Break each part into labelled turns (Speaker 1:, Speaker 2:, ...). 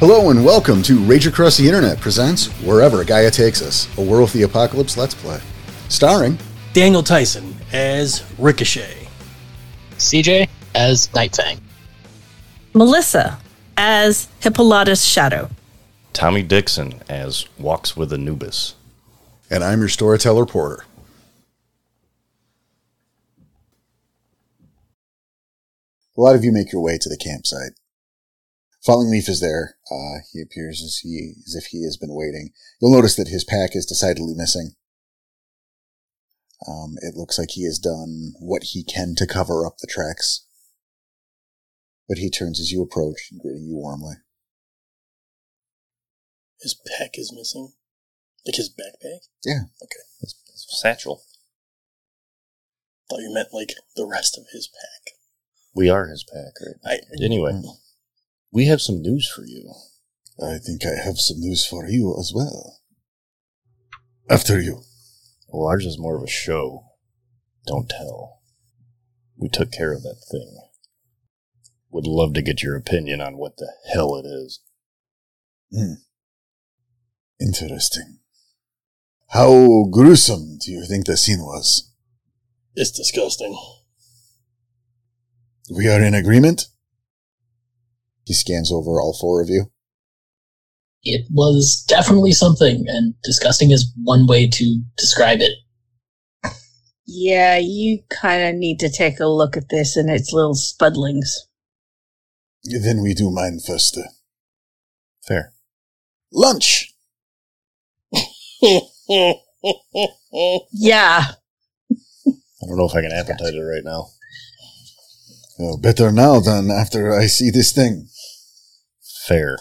Speaker 1: Hello and welcome to Rage Across the Internet presents Wherever Gaia Takes Us, a World of the Apocalypse Let's Play. Starring
Speaker 2: Daniel Tyson as Ricochet.
Speaker 3: CJ as Nightfang.
Speaker 4: Melissa as Hippolytus Shadow.
Speaker 5: Tommy Dixon as Walks with Anubis.
Speaker 1: And I'm your storyteller, Porter. A lot of you make your way to the campsite. Falling Leaf is there. Uh, he appears as he as if he has been waiting. You'll notice that his pack is decidedly missing. Um, it looks like he has done what he can to cover up the tracks. But he turns as you approach, greeting you warmly.
Speaker 2: His pack is missing. Like his backpack?
Speaker 5: Satchel.
Speaker 2: Thought you meant like the rest of his pack.
Speaker 5: We are his pack, right?
Speaker 2: I
Speaker 5: Anyway, we have some news for you.
Speaker 1: Mm. I think I have some news for you as well. After you.
Speaker 5: Well, ours is more of a show. Don't tell. We took care of that thing. Would love to get your opinion on what the hell it is.
Speaker 1: Hmm. Interesting. How gruesome do you think the scene was?
Speaker 2: it's disgusting.
Speaker 1: We are in agreement? He scans over all four of you.
Speaker 3: It was definitely something, and disgusting is one way to describe it.
Speaker 6: Yeah, you kind of need to take a look at this and its little spudlings.
Speaker 1: Then we do mine first.
Speaker 5: Fair.
Speaker 1: Lunch!
Speaker 6: Yeah,
Speaker 5: I don't know if I can appetize it right now.
Speaker 1: Oh, better now than after I see this thing.
Speaker 5: Fair.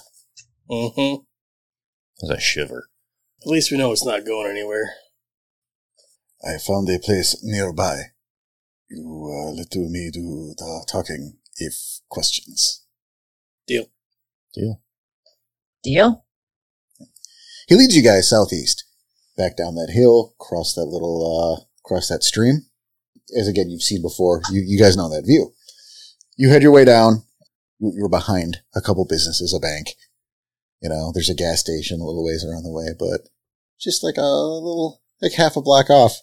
Speaker 2: Mm-hmm.
Speaker 5: As I shiver.
Speaker 2: At least we know it's not going anywhere.
Speaker 1: I found a place nearby. You uh, let me do the talking if questions.
Speaker 5: Deal.
Speaker 6: deal.
Speaker 1: He leads you guys southeast, back down that hill, cross that little, uh, cross that stream. As again, you've seen before, you, you guys know that view. You head your way down. You, you're behind a couple businesses, a bank. You know, there's a gas station a little ways around the way, but just like a little, like half a block off,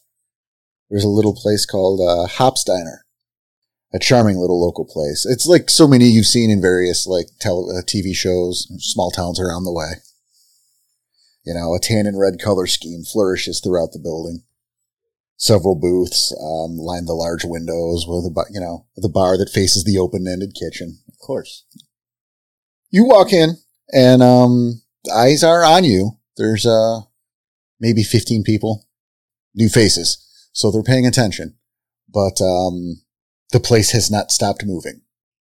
Speaker 1: there's a little place called uh, Hops Diner. A charming little local place. It's like so many you've seen in various like tele- uh, TV shows, small towns around the way. You know, a tan and red color scheme flourishes throughout the building. Several booths um, line the large windows with a, bu- you know, with a bar that faces the open-ended kitchen.
Speaker 5: Of course.
Speaker 1: You walk in, and um, the eyes are on you. There's uh, maybe 15 people, new faces, so they're paying attention. But um, the place has not stopped moving,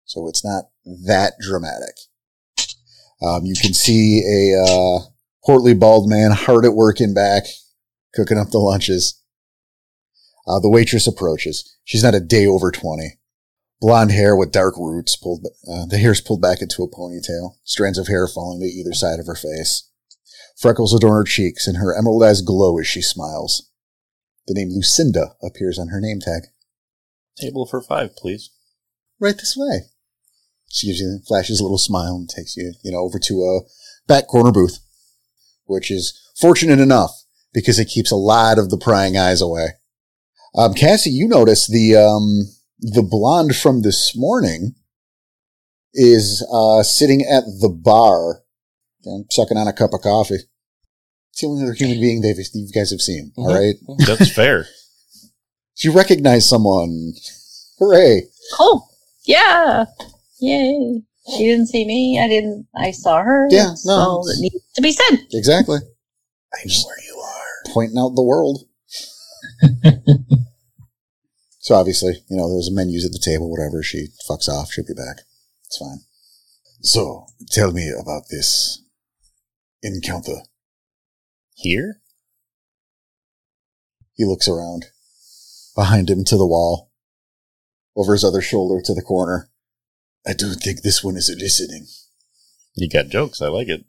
Speaker 1: so it's not that dramatic. Um, you can see a uh, portly bald man hard at work in back, cooking up the lunches. Uh, the waitress approaches. She's not a day over 20 blonde hair with dark roots pulled uh, the hair's pulled back into a ponytail strands of hair falling to either side of her face freckles adorn her cheeks and her emerald eyes glow as she smiles the name lucinda appears on her name tag
Speaker 5: Table for five, please.
Speaker 1: right this way she gives you flashes a little smile and takes you you know over to a back corner booth which is fortunate enough because it keeps a lot of the prying eyes away um, cassie you notice the um, the blonde from this morning is uh, sitting at the bar and sucking on a cup of coffee. It's the only other human being they've, you guys have seen. all right,
Speaker 5: That's fair.
Speaker 1: she recognized someone. Hooray!
Speaker 6: Oh, yeah, yay! She didn't see me. I didn't. I saw her.
Speaker 1: Yeah,
Speaker 6: That's
Speaker 1: no,
Speaker 6: all
Speaker 1: it's-
Speaker 6: that needs to be said.
Speaker 1: Exactly,
Speaker 5: I know where you are.
Speaker 1: pointing out the world. so obviously, you know, there's menus at the table. Whatever she fucks off, she'll be back. It's fine. So tell me about this encounter.
Speaker 5: Here?
Speaker 1: He looks around. Behind him to the wall. Over his other shoulder to the corner. I do think this one is eliciting.
Speaker 5: You got jokes. I like it.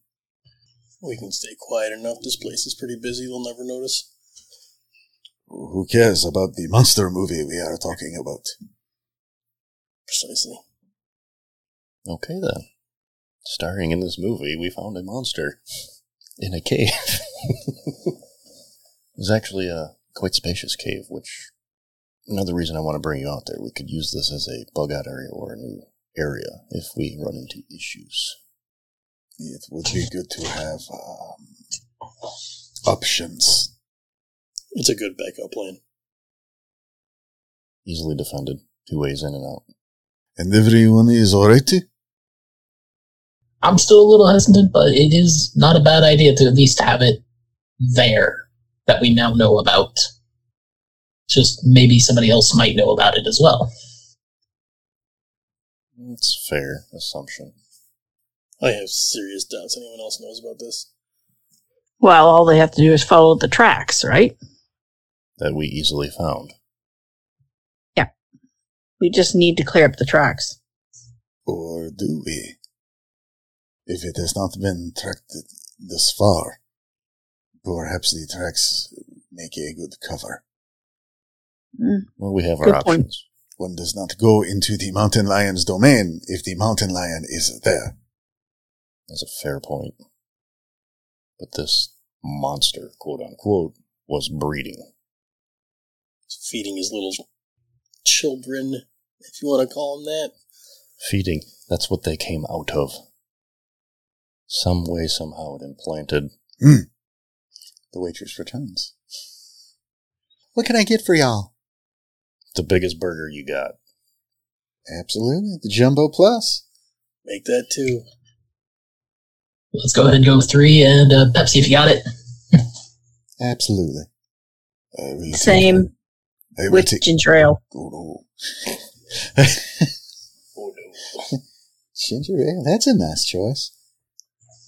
Speaker 2: We can stay quiet enough. This place is pretty busy. They'll never notice.
Speaker 1: Who cares about the monster movie we are talking about?
Speaker 2: Precisely.
Speaker 5: Okay then. starring in this movie, we found a monster in a cave. it was actually a quite spacious cave, which another reason I want to bring you out there. We could use this as a bug out area or a new area if we run into issues.
Speaker 1: It would be good to have um, options.
Speaker 2: It's a good backup plan.
Speaker 5: Easily defended, two ways in and out.
Speaker 1: And everyone is alright?
Speaker 3: I'm still a little hesitant, but it is not a bad idea to at least have it there that we now know about. Just maybe somebody else might know about it as well.
Speaker 5: It's a fair assumption.
Speaker 2: I have serious doubts anyone else knows about this.
Speaker 6: Well, all they have to do is follow the tracks, right?
Speaker 5: That we easily found.
Speaker 6: We just need to clear up the tracks.
Speaker 1: Or do we? If it has not been tracked this far, perhaps the tracks make a good cover.
Speaker 5: Well, we have
Speaker 6: Hmm. Good
Speaker 5: our
Speaker 6: point.
Speaker 5: options.
Speaker 1: One does not go into the mountain lion's domain if the mountain lion is there.
Speaker 5: That's a fair point. But this monster, quote unquote, was breeding.
Speaker 2: Feeding his little children, if you want to call them that.
Speaker 5: Feeding. That's what they came out of. Some way, somehow, it implanted.
Speaker 1: The waitress returns. What can I get for y'all?
Speaker 5: The biggest burger you got.
Speaker 1: Absolutely, the jumbo plus.
Speaker 2: Make that two.
Speaker 3: Let's go ahead and go with three and uh, Pepsi if you got it.
Speaker 1: Absolutely. I will take-
Speaker 6: Same
Speaker 1: I will
Speaker 6: with
Speaker 1: take-
Speaker 6: ginger ale.
Speaker 1: Oh no.
Speaker 5: Oh no.
Speaker 1: Ginger ale, that's a nice choice.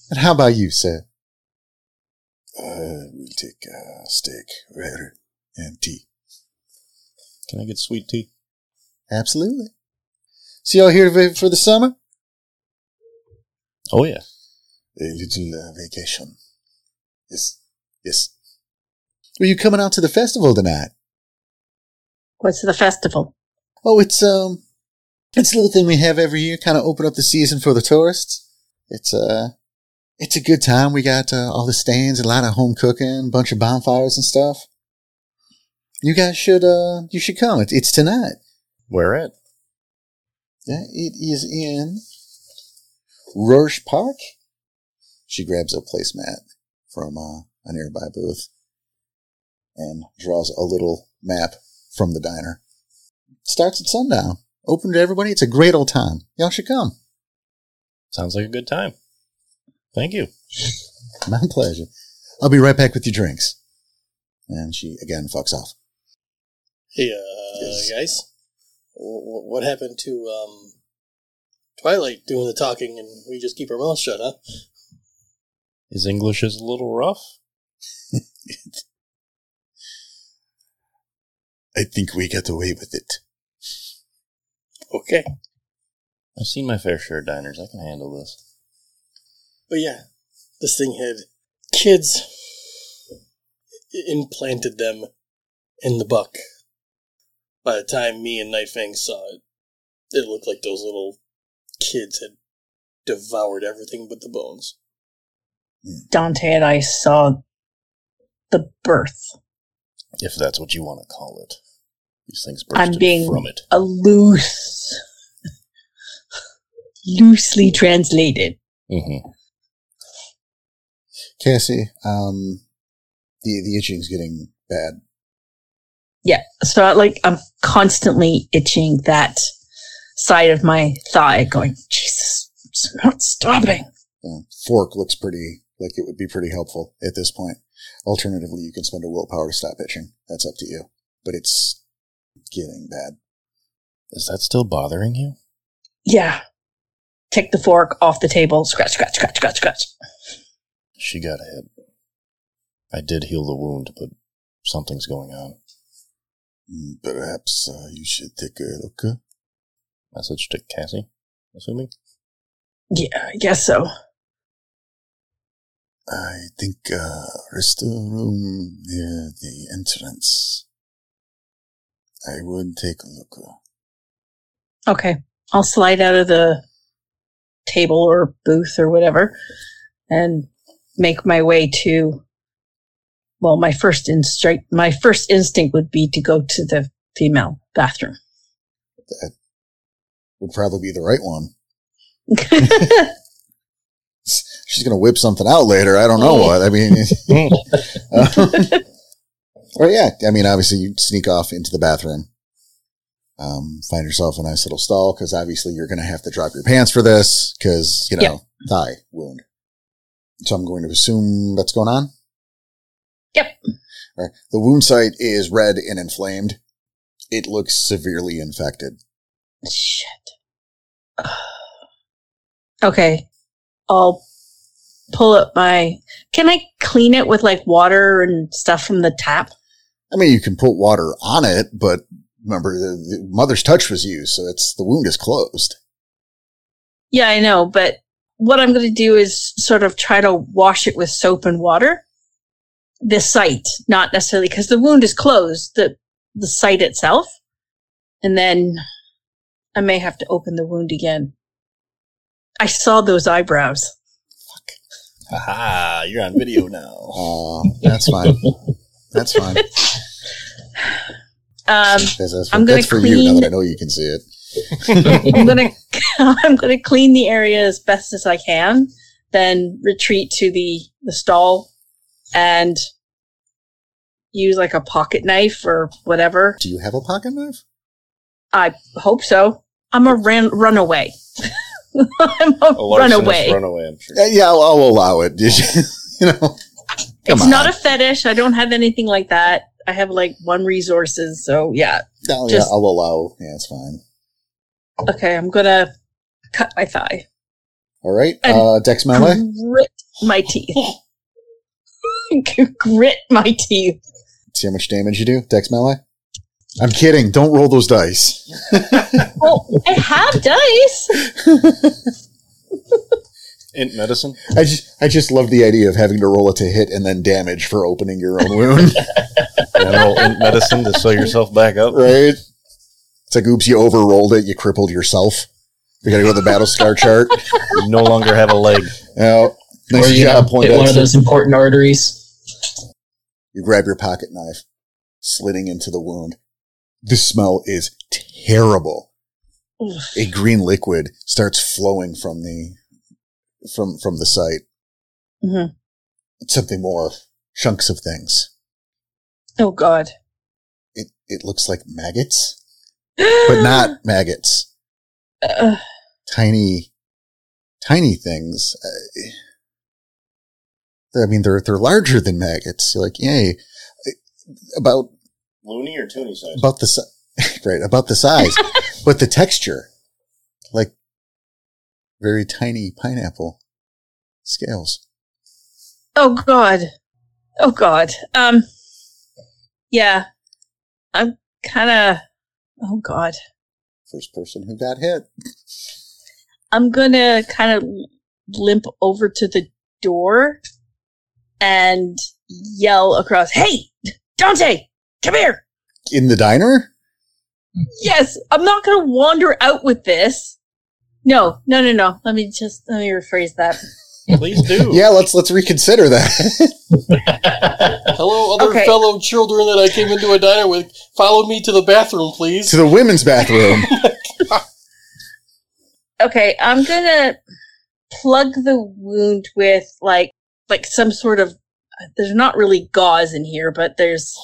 Speaker 1: And how about you, sir? Uh, we'll take uh, steak, rare, and tea.
Speaker 5: Can I get sweet tea?
Speaker 1: Absolutely. So y'all here va- for the summer?
Speaker 5: Oh yeah.
Speaker 1: A little uh, vacation. Yes, yes. Are you coming out to the festival tonight?
Speaker 6: What's the festival?
Speaker 1: Oh, it's um, it's a little thing we have every year, kind of open up the season for the tourists. It's uh, it's a good time. We got uh, all the stands, a lot of home cooking, bunch of bonfires and stuff. You guys should uh, you should come. It's, it's tonight.
Speaker 5: Where at?
Speaker 1: Yeah, it is in Roche Park. She grabs a placemat from uh, a nearby booth and draws a little map from the diner. Starts at sundown. Open to everybody. It's a great old time. Y'all should come.
Speaker 5: Sounds like a good time. Thank you.
Speaker 1: My pleasure. I'll be right back with your drinks. And she again fucks off.
Speaker 2: Hey, uh,
Speaker 1: Yes.
Speaker 2: guys. What, what happened to, um, Twilight doing the talking and we just keep our mouth shut, huh?
Speaker 5: His English is a little rough.
Speaker 1: I think we get away with it.
Speaker 2: Okay.
Speaker 5: I've seen my fair share of diners. I can handle this.
Speaker 2: But yeah, this thing had kids I- implanted them in the buck. By the time me and Nightfang saw it, it looked like those little kids had devoured everything but the bones.
Speaker 6: Dante and I saw the birth.
Speaker 5: If that's what you want to call it. These things
Speaker 6: I'm
Speaker 5: bursted
Speaker 6: being-
Speaker 5: from it.
Speaker 6: A loose, loosely translated.
Speaker 5: Mm-hmm.
Speaker 1: Cassie, um, the, the itching's getting bad.
Speaker 6: Yeah. So I, like I'm constantly itching that side of my thigh going, Jesus, it's not stopping.
Speaker 1: Uh, fork looks pretty like it would be pretty helpful at this point. Alternatively, you can spend a willpower to stop itching. That's up to you. But it's getting bad.
Speaker 5: Is that still bothering you?
Speaker 6: Yeah. Take the fork off the table. Scratch, scratch, scratch, scratch, scratch.
Speaker 5: She got a hit. I did heal the wound, but something's going on.
Speaker 1: Mm, Perhaps uh, you should take a look. uh,
Speaker 5: Message to Cassie, assuming?
Speaker 6: Yeah, I guess so.
Speaker 1: I think uh, rest a room near the entrance. I would take a look. uh,
Speaker 6: Okay. I'll slide out of the table or booth or whatever and make my way to well my first instinct my first instinct would be to go to the female bathroom
Speaker 1: Would probably be the right one. She's gonna whip something out later. I don't know what. I mean,
Speaker 5: Mm-hmm.
Speaker 1: um, or yeah, I mean, obviously you sneak off into the bathroom, um, find yourself a nice little stall because obviously you're gonna have to drop your pants for this because you know
Speaker 6: Yep.
Speaker 1: thigh wound. So I'm going to assume that's going on.
Speaker 6: Yep.
Speaker 1: All right. The wound site is red and inflamed. It looks severely infected.
Speaker 6: Shit. okay. I'll pull up my. Can I clean it with like water and stuff from the tap?
Speaker 1: I mean, you can put water on it, but remember the, the mother's touch was used, so it's the wound is closed.
Speaker 6: Yeah, I know, but what I'm going to do is sort of try to wash it with soap and water. The site, not necessarily because the wound is closed, the, the site itself. And then I may have to open the wound again. I saw those eyebrows.
Speaker 5: Haha, you're on video now.
Speaker 1: Uh, that's fine. That's fine.
Speaker 6: Um,
Speaker 1: That's, that's,
Speaker 6: I'm gonna
Speaker 1: that's for you now
Speaker 6: clean-
Speaker 1: that I know you can see it.
Speaker 6: I'm gonna I'm gonna clean the area as best as I can, then retreat to the the stall and use like a pocket knife or whatever.
Speaker 1: Do you have a pocket knife?
Speaker 6: I hope so. I'm a ran- runaway. I'm a runaway.
Speaker 5: Runaway, I'm sure.
Speaker 1: Yeah, Uh, yeah I'll, I'll allow it. you know,
Speaker 6: it's
Speaker 1: Come
Speaker 6: not a fetish. I don't have anything like that. I have like one resources, so yeah.
Speaker 1: no,
Speaker 6: Just-
Speaker 1: yeah, I'll allow. Yeah, it's fine.
Speaker 6: Okay, I'm gonna cut my thigh.
Speaker 1: All right.
Speaker 6: And-
Speaker 1: Uh, Dex melee.
Speaker 6: Grit my teeth. Grit my teeth.
Speaker 1: See how much damage you do. Dex melee. I'm kidding. Don't roll those dice.
Speaker 6: Well, I have dice.
Speaker 5: Int medicine.
Speaker 1: I just, I just love the idea of having to roll it to hit and then damage for opening your own wound.
Speaker 5: You gotta roll int medicine to sew yourself back up.
Speaker 1: right? It's like, oops, you overrolled it. You crippled yourself. We got to go to the battle scar chart.
Speaker 5: You no longer have a leg.
Speaker 1: Now, nice
Speaker 3: or you
Speaker 1: job,
Speaker 3: know,
Speaker 1: point
Speaker 3: hit one of
Speaker 1: Dexter.
Speaker 3: those important arteries.
Speaker 1: You grab your pocket knife, slitting into the wound. The smell is terrible.
Speaker 6: Oof.
Speaker 1: A green liquid starts flowing from the from from the site.
Speaker 6: Mhm.
Speaker 1: It's something more. Chunks of things.
Speaker 6: Oh God.
Speaker 1: It it looks like maggots, but not maggots.
Speaker 6: Uh,
Speaker 1: tiny, tiny things. Uh, I mean, they're they're larger than maggots. You're like, yay, Uh, about
Speaker 5: Loony or toony size?
Speaker 1: about the si- right about the size, but the texture, like very tiny pineapple scales.
Speaker 6: oh God. Oh God. Um. Yeah. I'm kind of. Oh God.
Speaker 1: First person who got hit.
Speaker 6: I'm gonna kind of limp over to the door and yell across, "Hey, Dante, come here!"
Speaker 1: in the diner.
Speaker 6: Yes, I'm not gonna wander out with this. No, no, no, no. Let me just let me rephrase that.
Speaker 2: Please do.
Speaker 1: Yeah, let's let's reconsider that.
Speaker 2: Hello, other
Speaker 6: Okay.
Speaker 2: fellow children that I came into a diner with. Follow me to the bathroom, please.
Speaker 1: to the women's bathroom.
Speaker 6: Okay, I'm gonna plug the wound with like like some sort of. There's not really gauze in here, but there's.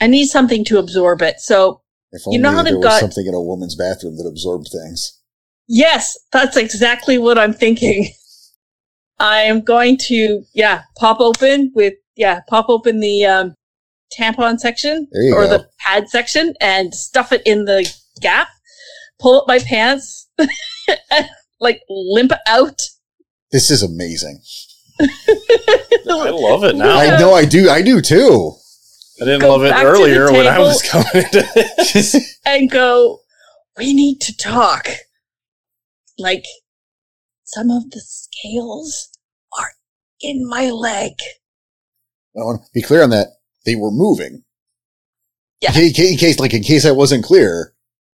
Speaker 6: I need something to absorb it. So
Speaker 1: If
Speaker 6: You know how
Speaker 1: there
Speaker 6: they've
Speaker 1: was
Speaker 6: got-
Speaker 1: something in a woman's bathroom that absorbed things.
Speaker 6: yes, that's exactly what I'm thinking. I am going to yeah pop open with yeah pop open the um, tampon section
Speaker 1: There you
Speaker 6: or
Speaker 1: go.
Speaker 6: the pad section and stuff it in the gap. Pull up my pants, and, like limp out.
Speaker 1: This is amazing.
Speaker 5: I love it now.
Speaker 1: I know I do. I do too.
Speaker 5: I didn't
Speaker 6: Go
Speaker 5: love it
Speaker 6: back to the
Speaker 5: earlier when I
Speaker 6: table.
Speaker 5: was coming into this.
Speaker 6: and go, we need to talk. Like, some of the scales are in my leg.
Speaker 1: I want to be clear on that. They were moving.
Speaker 6: Yeah.
Speaker 1: In ca- in ca- in case, like, in case I wasn't clear,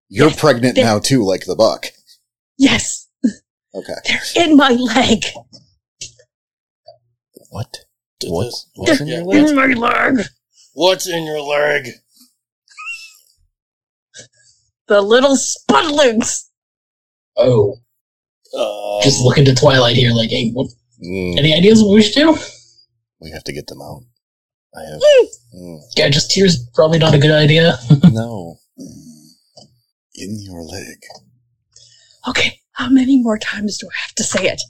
Speaker 1: you're
Speaker 6: Yes,
Speaker 1: pregnant
Speaker 6: they-
Speaker 1: now too, like the buck.
Speaker 6: Yes.
Speaker 7: Okay.
Speaker 6: in my leg.
Speaker 1: What?
Speaker 8: Did
Speaker 1: What?
Speaker 8: this.
Speaker 1: What's in your
Speaker 8: Yeah.
Speaker 1: leg?
Speaker 6: In my leg.
Speaker 8: What's in your leg?
Speaker 6: The little spudlings.
Speaker 3: Oh,
Speaker 8: Um,
Speaker 3: just looking to Twilight here, like, hey, what,
Speaker 1: Mm,
Speaker 3: any ideas what we should do?
Speaker 1: we have to get them out. I have. Mm,
Speaker 3: Yeah, just tears probably not a good idea.
Speaker 1: no. Mm.
Speaker 7: In your leg.
Speaker 6: Okay, how many more times do I have to say it?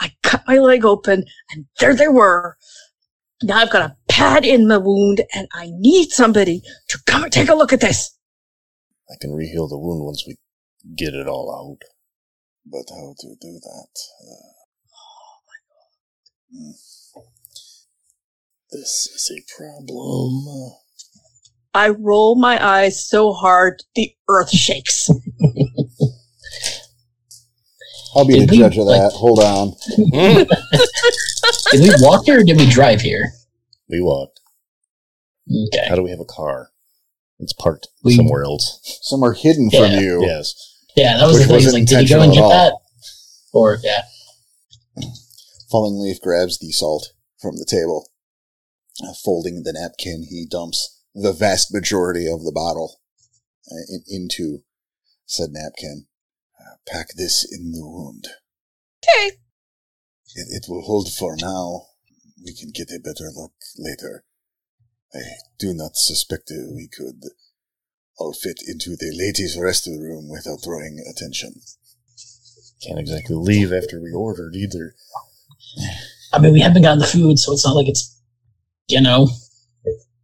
Speaker 6: I cut my leg open and there they were. Now I've got a pad in my wound and I need somebody to come and take a look at this.
Speaker 1: I can reheal the wound once we get it all out.
Speaker 7: But how to do that?
Speaker 1: uh, hmm.
Speaker 8: this is a problem.
Speaker 6: I roll my eyes so hard the earth shakes.
Speaker 7: I'll be
Speaker 3: Did
Speaker 7: the
Speaker 3: we,
Speaker 7: judge of that.
Speaker 3: like-
Speaker 7: Hold on.
Speaker 3: Did we walk here or did we drive here?
Speaker 1: We walked.
Speaker 3: Okay.
Speaker 1: How do we have a car? It's parked
Speaker 3: We-
Speaker 1: somewhere else.
Speaker 7: Somewhere hidden
Speaker 3: Yeah.
Speaker 7: from you.
Speaker 1: Yes.
Speaker 3: Yeah, that was
Speaker 7: Which
Speaker 3: the thing. It's
Speaker 7: wasn't
Speaker 3: like, did you go and get
Speaker 7: intentional at
Speaker 3: that? Or yeah,
Speaker 7: Falling Leaf grabs the salt from the table. Uh, Folding the napkin, he dumps the vast majority of the bottle uh, in, into said napkin. Uh, pack this in the wound.
Speaker 6: Okay.
Speaker 7: It, it will hold for now. We can get a better look later. I do not suspect that we could all fit into the ladies' rest room without drawing attention.
Speaker 1: Can't exactly leave after we ordered either.
Speaker 3: I mean, we haven't gotten the food, so it's not like it's you know.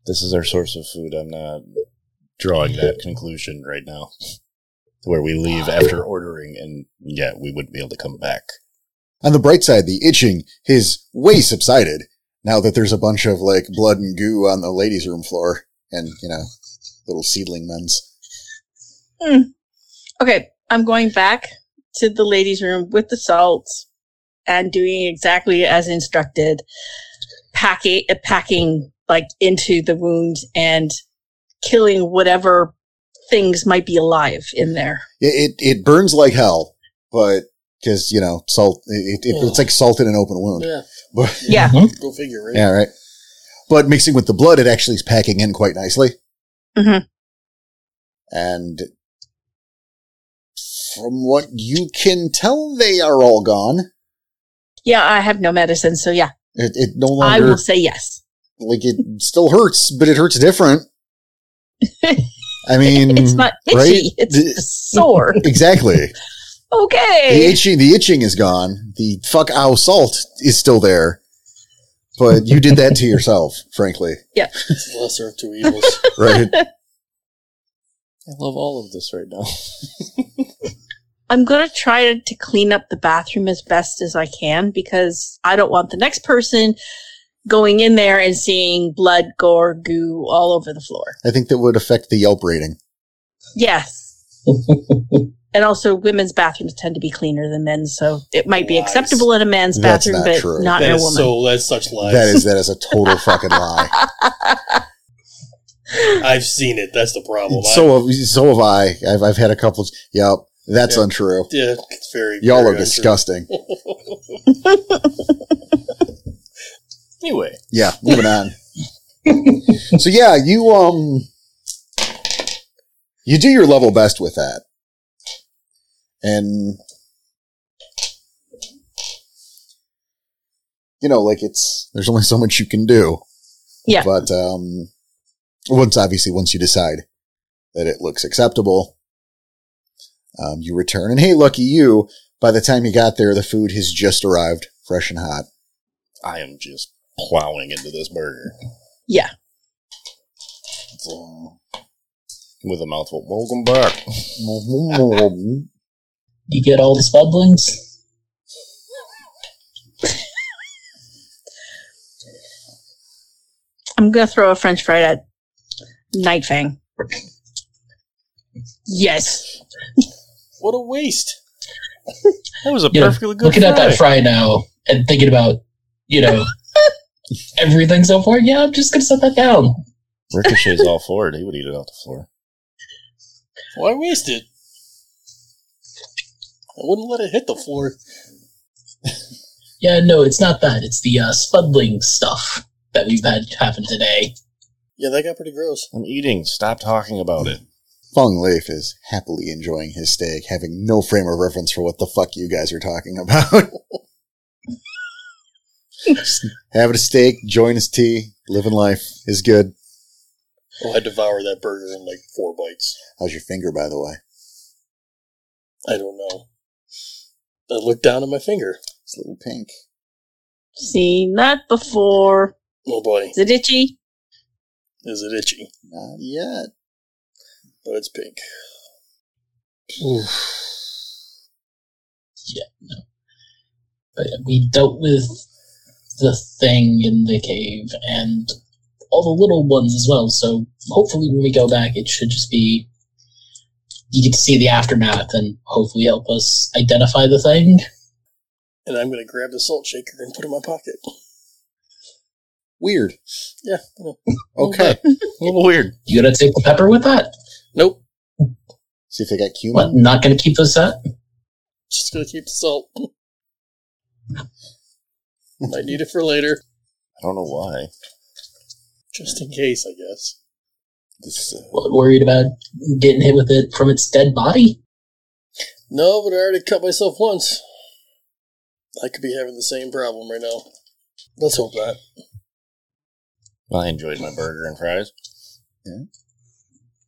Speaker 1: This is our source of food. I'm not drawing that conclusion right now. Where we leave after ordering, and yeah, we wouldn't be able to come back.
Speaker 7: On the bright side, the itching has way subsided now that there's a bunch of like blood and goo on the ladies' room floor and, you know, little seedling men's.
Speaker 6: Okay, I'm going back to the ladies' room with the salt and doing exactly as instructed, packing, uh, packing like into the wound and killing whatever things might be alive in there.
Speaker 7: It, it, it burns like hell, but because, you know, salt, it, it, it's like salt in an open wound.
Speaker 8: Yeah,
Speaker 7: But,
Speaker 6: Yeah.
Speaker 3: Mhm.
Speaker 8: go figure, right?
Speaker 7: yeah, right. But mixing with the blood, it actually is packing in quite nicely.
Speaker 6: Mhm.
Speaker 7: And from what you can tell, they are all gone.
Speaker 6: Yeah, I have no medicine, so yeah,
Speaker 7: It, it no
Speaker 6: I
Speaker 7: longer
Speaker 6: will say yes.
Speaker 7: like it still hurts, but it hurts different. I mean,
Speaker 6: It's not itchy,
Speaker 7: Mm, right?
Speaker 6: it's
Speaker 7: The-
Speaker 6: sore.
Speaker 7: exactly. The
Speaker 6: Okay.
Speaker 7: itching, the itching is gone. The fuck ow salt is still there, but you did that to yourself, frankly,
Speaker 8: It's the lesser of two evils.
Speaker 7: right?
Speaker 1: I love all of this right now.
Speaker 6: I'm going to try to clean up the bathroom as best as I can because I don't want the next person going in there and seeing blood, gore, goo all over the floor.
Speaker 7: I think that would affect the Yelp rating.
Speaker 6: Yes. and also, women's bathrooms tend to be cleaner than men's, so it might be
Speaker 8: Lies.
Speaker 6: acceptable in a man's
Speaker 7: That's
Speaker 6: bathroom,
Speaker 7: not
Speaker 6: but
Speaker 7: true.
Speaker 6: not in
Speaker 8: That
Speaker 6: a
Speaker 8: is
Speaker 6: woman.
Speaker 8: so that's such lies.
Speaker 7: That is that is a total fucking lie.
Speaker 8: I've seen it. That's the problem. I,
Speaker 7: so have, so have I. I've I've had a couple. Yep, that's
Speaker 8: Yeah.
Speaker 7: untrue.
Speaker 8: yeah, it's very.
Speaker 7: Y'all
Speaker 8: very
Speaker 7: are disgusting.
Speaker 1: Anyway,
Speaker 7: Yeah, moving on. so yeah, you um you do your level best with that. And you know, like it's there's only so much you can do.
Speaker 6: Yeah.
Speaker 7: But um once obviously once you decide that it looks acceptable, um you return and hey, lucky you, by the time you got there the food has just arrived, fresh and hot.
Speaker 1: I am just plowing into this burger
Speaker 6: yeah.
Speaker 7: So-
Speaker 1: Uh, with a mouthful. Welcome back.
Speaker 3: you get all the spudlings.
Speaker 6: I'm going to throw a french fry at Nightfang. Yes.
Speaker 8: What a waste.
Speaker 1: That was a
Speaker 3: You know,
Speaker 1: perfectly good
Speaker 3: Looking at that
Speaker 1: fry.
Speaker 3: fry now and thinking about you know everything so far. Yeah, I'm just gonna set that down.
Speaker 1: Ricochet's all for it. He would eat it off the floor.
Speaker 8: Why waste it?
Speaker 2: I wouldn't let it hit the floor.
Speaker 3: Yeah, no, it's not that. It's the uh, spudling stuff that we've had happen today.
Speaker 2: Yeah, that got pretty gross.
Speaker 5: I'm eating. Stop talking about it.
Speaker 1: Fung Leif is happily enjoying his steak, having no frame of reference for what the fuck you guys are talking about. Just having a steak, enjoying his tea, living life is good.
Speaker 2: Oh, I devoured that burger in like four bites.
Speaker 1: How's your finger, by the way?
Speaker 2: I don't know. I looked down at my finger.
Speaker 1: It's a little pink.
Speaker 6: Seen that before.
Speaker 2: Oh boy,
Speaker 6: Is it itchy?
Speaker 2: is it itchy,
Speaker 1: Not yet.
Speaker 2: but it's pink.
Speaker 3: But we dealt with the thing in the cave and all the little ones as well. So hopefully, when we go back, it should just be you get to see the aftermath and hopefully help us identify the thing.
Speaker 2: And I'm going to grab the salt shaker and put it in my pocket.
Speaker 1: Weird.
Speaker 2: Yeah. I know.
Speaker 1: Okay.
Speaker 5: A little weird.
Speaker 3: You gonna take the pepper with that?
Speaker 2: Nope.
Speaker 1: See if they got cumin.
Speaker 3: What? Not gonna keep this up?
Speaker 2: Just going to keep the salt. Might need it for later,
Speaker 5: I don't know why.
Speaker 2: just in case, I guess.
Speaker 1: This, uh,
Speaker 3: What, worried about getting hit with it from its dead body?
Speaker 2: No, but I already cut myself once. I could be having the same problem right now. Let's hope not.
Speaker 1: uh,
Speaker 5: I enjoyed my burger and fries.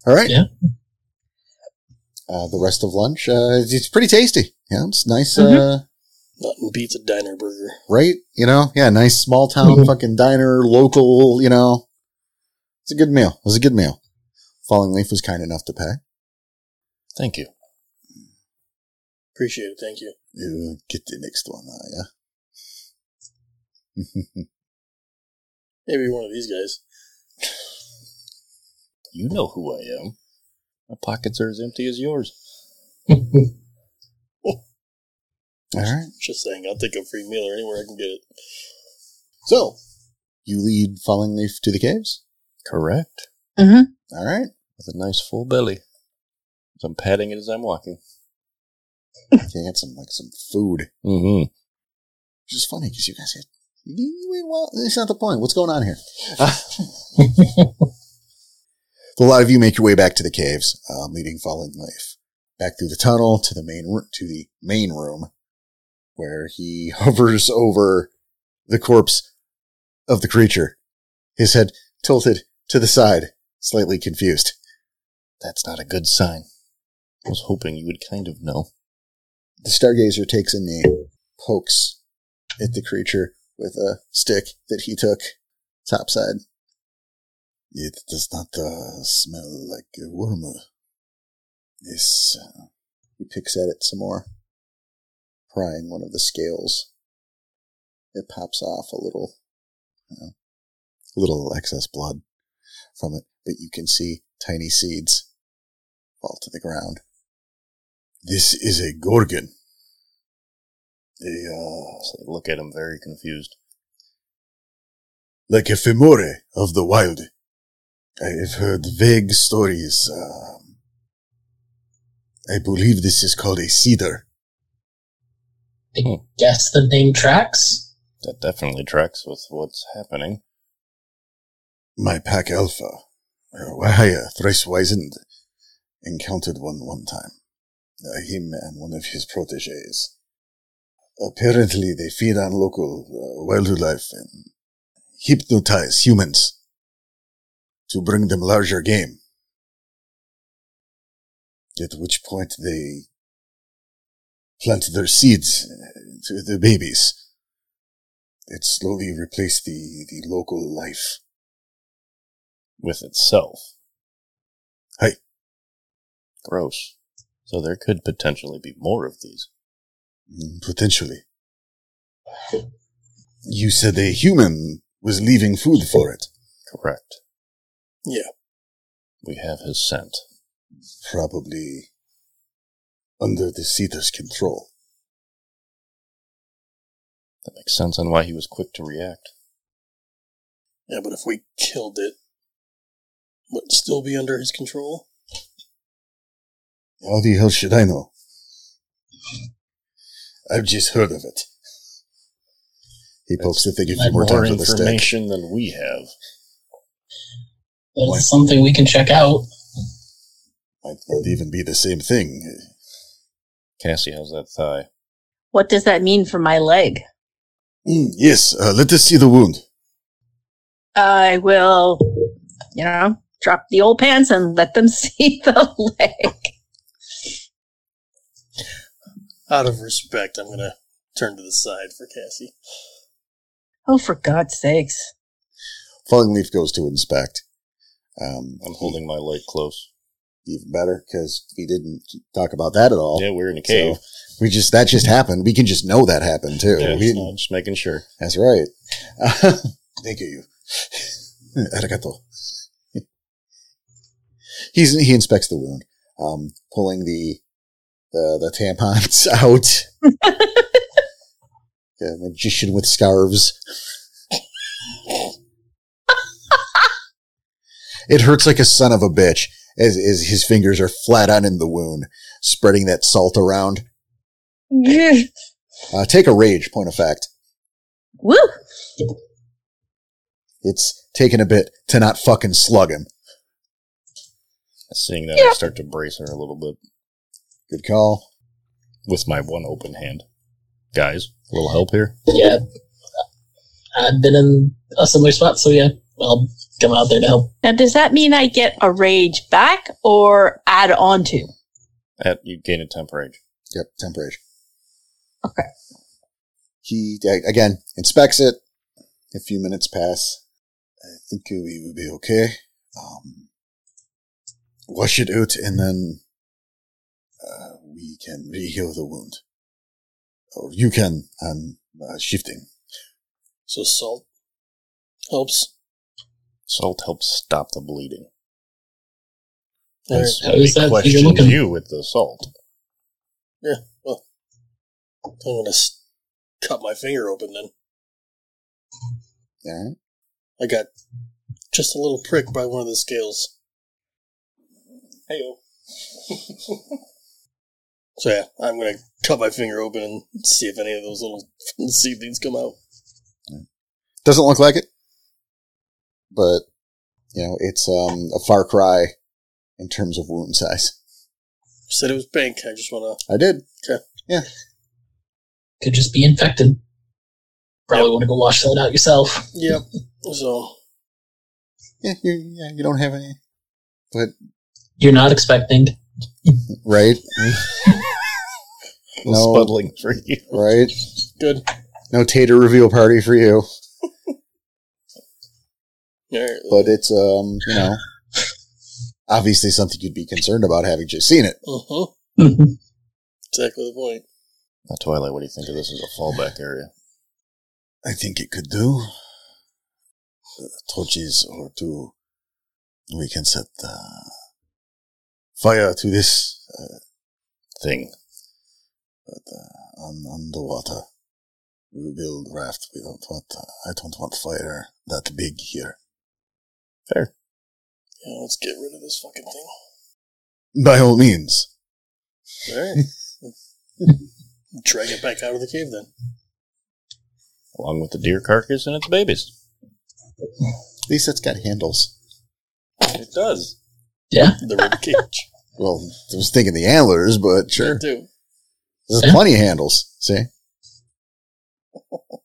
Speaker 1: all right.
Speaker 3: Yeah.
Speaker 1: Uh, the rest of lunch, uh, it's, it's pretty tasty. Yeah, it's nice. Uh,
Speaker 2: Nothing beats a diner burger.
Speaker 1: right? You know, yeah, nice small town
Speaker 3: Mhm.
Speaker 1: fucking diner, local. You know, it's a good meal. It was a good meal. Falling Leaf was kind enough to pay.
Speaker 5: Thank you.
Speaker 2: Appreciate it. Thank you.
Speaker 1: Yeah, get the next one, uh, yeah.
Speaker 2: Maybe one of these guys.
Speaker 5: You know who I am. My pockets are as empty as yours.
Speaker 1: All right.
Speaker 2: Just saying, I'll take a free meal or anywhere I can get it.
Speaker 1: So you lead Falling Leaf to the caves.
Speaker 5: Correct.
Speaker 6: Mm-hmm.
Speaker 1: All right.
Speaker 5: With a nice full belly. So I'm patting it as I'm walking.
Speaker 1: You had some like some food,
Speaker 5: Mm-hmm.
Speaker 1: which is funny because you guys had you, you ate well. That's not the point. What's going on here? So a lot of you make your way back to the caves, um, leading Falling Leaf back through the tunnel to the main ro- to the main room, where he hovers over the corpse of the creature, his head tilted to the side, slightly confused.
Speaker 5: That's not a good sign. I was hoping you would kind of know.
Speaker 1: The stargazer takes a name, pokes at the creature with a stick that he took topside. It does not uh, smell like a worm. This. Uh, he picks at it some more, prying one of the scales. It pops off a little, uh, little excess blood from it, but you can see tiny seeds fall to the ground. This is a gorgon. A uh,
Speaker 5: So I look at him very confused.
Speaker 1: like a femore of the wild. I have heard vague stories. Um, I believe this is called a cedar. Hmm.
Speaker 3: Guess the name tracks?
Speaker 5: That definitely tracks with what's happening.
Speaker 1: My pack alpha, uh, Wahaya thrice wizened, encountered one one time. Uh, him and one of his proteges. Apparently, they feed on local uh, wildlife and hypnotize humans to bring them larger game. At which point they plant their seeds uh, to the babies. It slowly replaced the, the local life.
Speaker 5: with itself.
Speaker 1: Hey.
Speaker 5: Gross. So there could potentially be more of these.
Speaker 1: Mm, Potentially. You said a human was leaving food for it.
Speaker 5: Correct.
Speaker 2: Yeah.
Speaker 5: We have his scent.
Speaker 1: Probably under the cedar's control.
Speaker 5: That makes sense on why he was quick to react.
Speaker 2: Yeah, but if we killed it, would it still be under his control?
Speaker 1: How the hell should I know? I've just heard of it. He pokes the thing a
Speaker 5: You've had
Speaker 1: few more
Speaker 5: more
Speaker 1: times with the stick.
Speaker 5: information than we have.
Speaker 3: But
Speaker 1: Why-
Speaker 3: it's something we can check out.
Speaker 1: Might not even be the same thing.
Speaker 5: Cassie, how's that thigh?
Speaker 6: What does that mean for my leg?
Speaker 1: Mm, yes, uh, let us see the wound.
Speaker 6: I will, you know, drop the old pants and let them see the leg.
Speaker 2: Out of respect, I'm gonna turn to the side for Cassie.
Speaker 6: Oh, for God's sakes.
Speaker 1: Falling Leaf goes to inspect. Um,
Speaker 5: I'm holding my leg close.
Speaker 1: even better because we didn't talk about that at all.
Speaker 5: Yeah, we're in a
Speaker 1: So,
Speaker 5: cave.
Speaker 1: we just that just happened. We can just know that happened too.
Speaker 5: yeah, just,
Speaker 1: We didn't-
Speaker 5: just making sure.
Speaker 1: that's right. thank you. Arigato. He's he inspects the wound, um, pulling the the, the tampons out. A magician with scarves. it hurts like a son of a bitch as, as his fingers are flat on in the wound, spreading that salt around.
Speaker 6: Woo!
Speaker 1: Uh, take a rage, point of fact. It's taken a bit to not fucking slug him.
Speaker 5: Seeing that, I
Speaker 6: Yeah.
Speaker 5: start to brace her a little bit
Speaker 1: Good call.
Speaker 5: with my one open hand. Guys, a little help here.
Speaker 3: Yeah. I've been in a similar spot, so yeah, I'll come out there to help.
Speaker 6: Now, does that mean I get a rage back or add on to?
Speaker 5: At you gain a temp rage.
Speaker 1: Yep, temp rage.
Speaker 6: Okay.
Speaker 1: He a- again inspects it. A few minutes pass. I think we will be okay. Um, wash it out, and then uh, we can re-heal the wound, or you can. I'm uh, shifting.
Speaker 2: So salt helps.
Speaker 5: Salt helps stop the bleeding.
Speaker 2: All right.
Speaker 5: That's
Speaker 3: How
Speaker 5: why we
Speaker 3: is that you're
Speaker 5: questioned
Speaker 3: looking?
Speaker 5: you with the salt.
Speaker 2: I'm gonna s- cut my finger open then.
Speaker 1: All right.
Speaker 2: I got just a little prick by one of the scales. Heyo. so yeah, I'm gonna cut my finger open and see if any of those little seedlings come out.
Speaker 1: Doesn't look like it, but you know it's um, a far cry in terms of wound size.
Speaker 2: You said it was pink. I just wanna.
Speaker 1: I did.
Speaker 3: Could just be infected. Probably want to go wash that out yourself.
Speaker 2: Yep. So
Speaker 1: Yeah, you, yeah, you don't have any, but
Speaker 3: You're not expecting.
Speaker 1: right,
Speaker 5: No.
Speaker 1: No.
Speaker 5: Spuddling for you.
Speaker 1: right.
Speaker 2: good.
Speaker 1: No tater reveal party for you,
Speaker 2: All right.
Speaker 1: but it's um, you know, obviously something you'd be concerned about having just seen it.
Speaker 2: Uh-huh. Exactly the point.
Speaker 5: Now, Twilight, what do you think of this as a fallback area?
Speaker 1: I think it could do uh, torches or two. We can set uh, fire to this uh,
Speaker 5: Thing.
Speaker 1: but, uh, on underwater. We will build raft. We don't want. I don't want fire that big here.
Speaker 5: Fair.
Speaker 2: Yeah, let's get rid of this fucking thing.
Speaker 1: By all means.
Speaker 2: All right. Drag it back out of the cave then.
Speaker 5: Along with the deer carcass and its babies.
Speaker 1: At least it's got handles.
Speaker 2: It does.
Speaker 3: Yeah.
Speaker 2: The rib cage.
Speaker 1: Well, I was thinking the antlers, but sure.
Speaker 2: It do.
Speaker 1: There's plenty of handles. See?
Speaker 3: Yeah,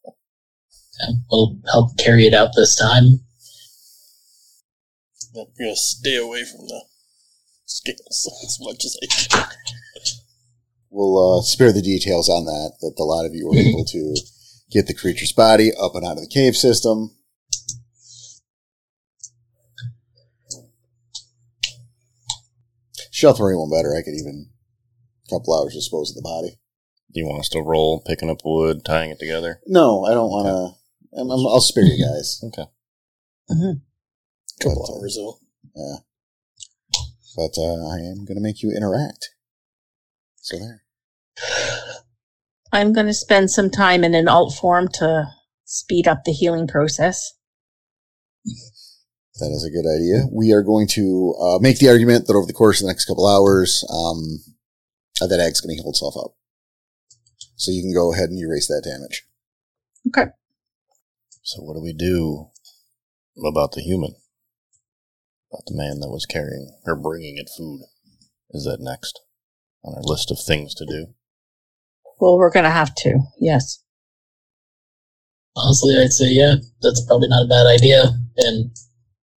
Speaker 3: We'll help carry it out this time.
Speaker 2: You're gonna stay away from the scales as much as I can.
Speaker 1: We'll uh, spare the details on that, that the lot of you were able to get the creature's body up and out of the cave system. Sheltering one better. I could even a couple hours dispose of the body.
Speaker 5: Do you want us to roll, picking up wood, tying it together?
Speaker 1: No, I don't want to. I'm, I'm, I'll spare you guys.
Speaker 5: Okay.
Speaker 2: Mm-hmm. couple
Speaker 1: But, uh,
Speaker 2: hours though.
Speaker 1: Yeah. But uh, I am going to make you interact. So there.
Speaker 6: I'm going to spend some time in an alt form to speed up the healing process.
Speaker 1: That is a good idea. We are going to uh, make the argument that over the course of the next couple hours, um, uh, that egg's going to heal itself up. So you can go ahead and erase that damage.
Speaker 5: So what do we do about the human? About the man that was carrying or bringing it food? Is that next on our list of things to do?
Speaker 6: Well, we're going to have to. Yes.
Speaker 3: Honestly, I'd say, yeah, that's probably not a bad idea. And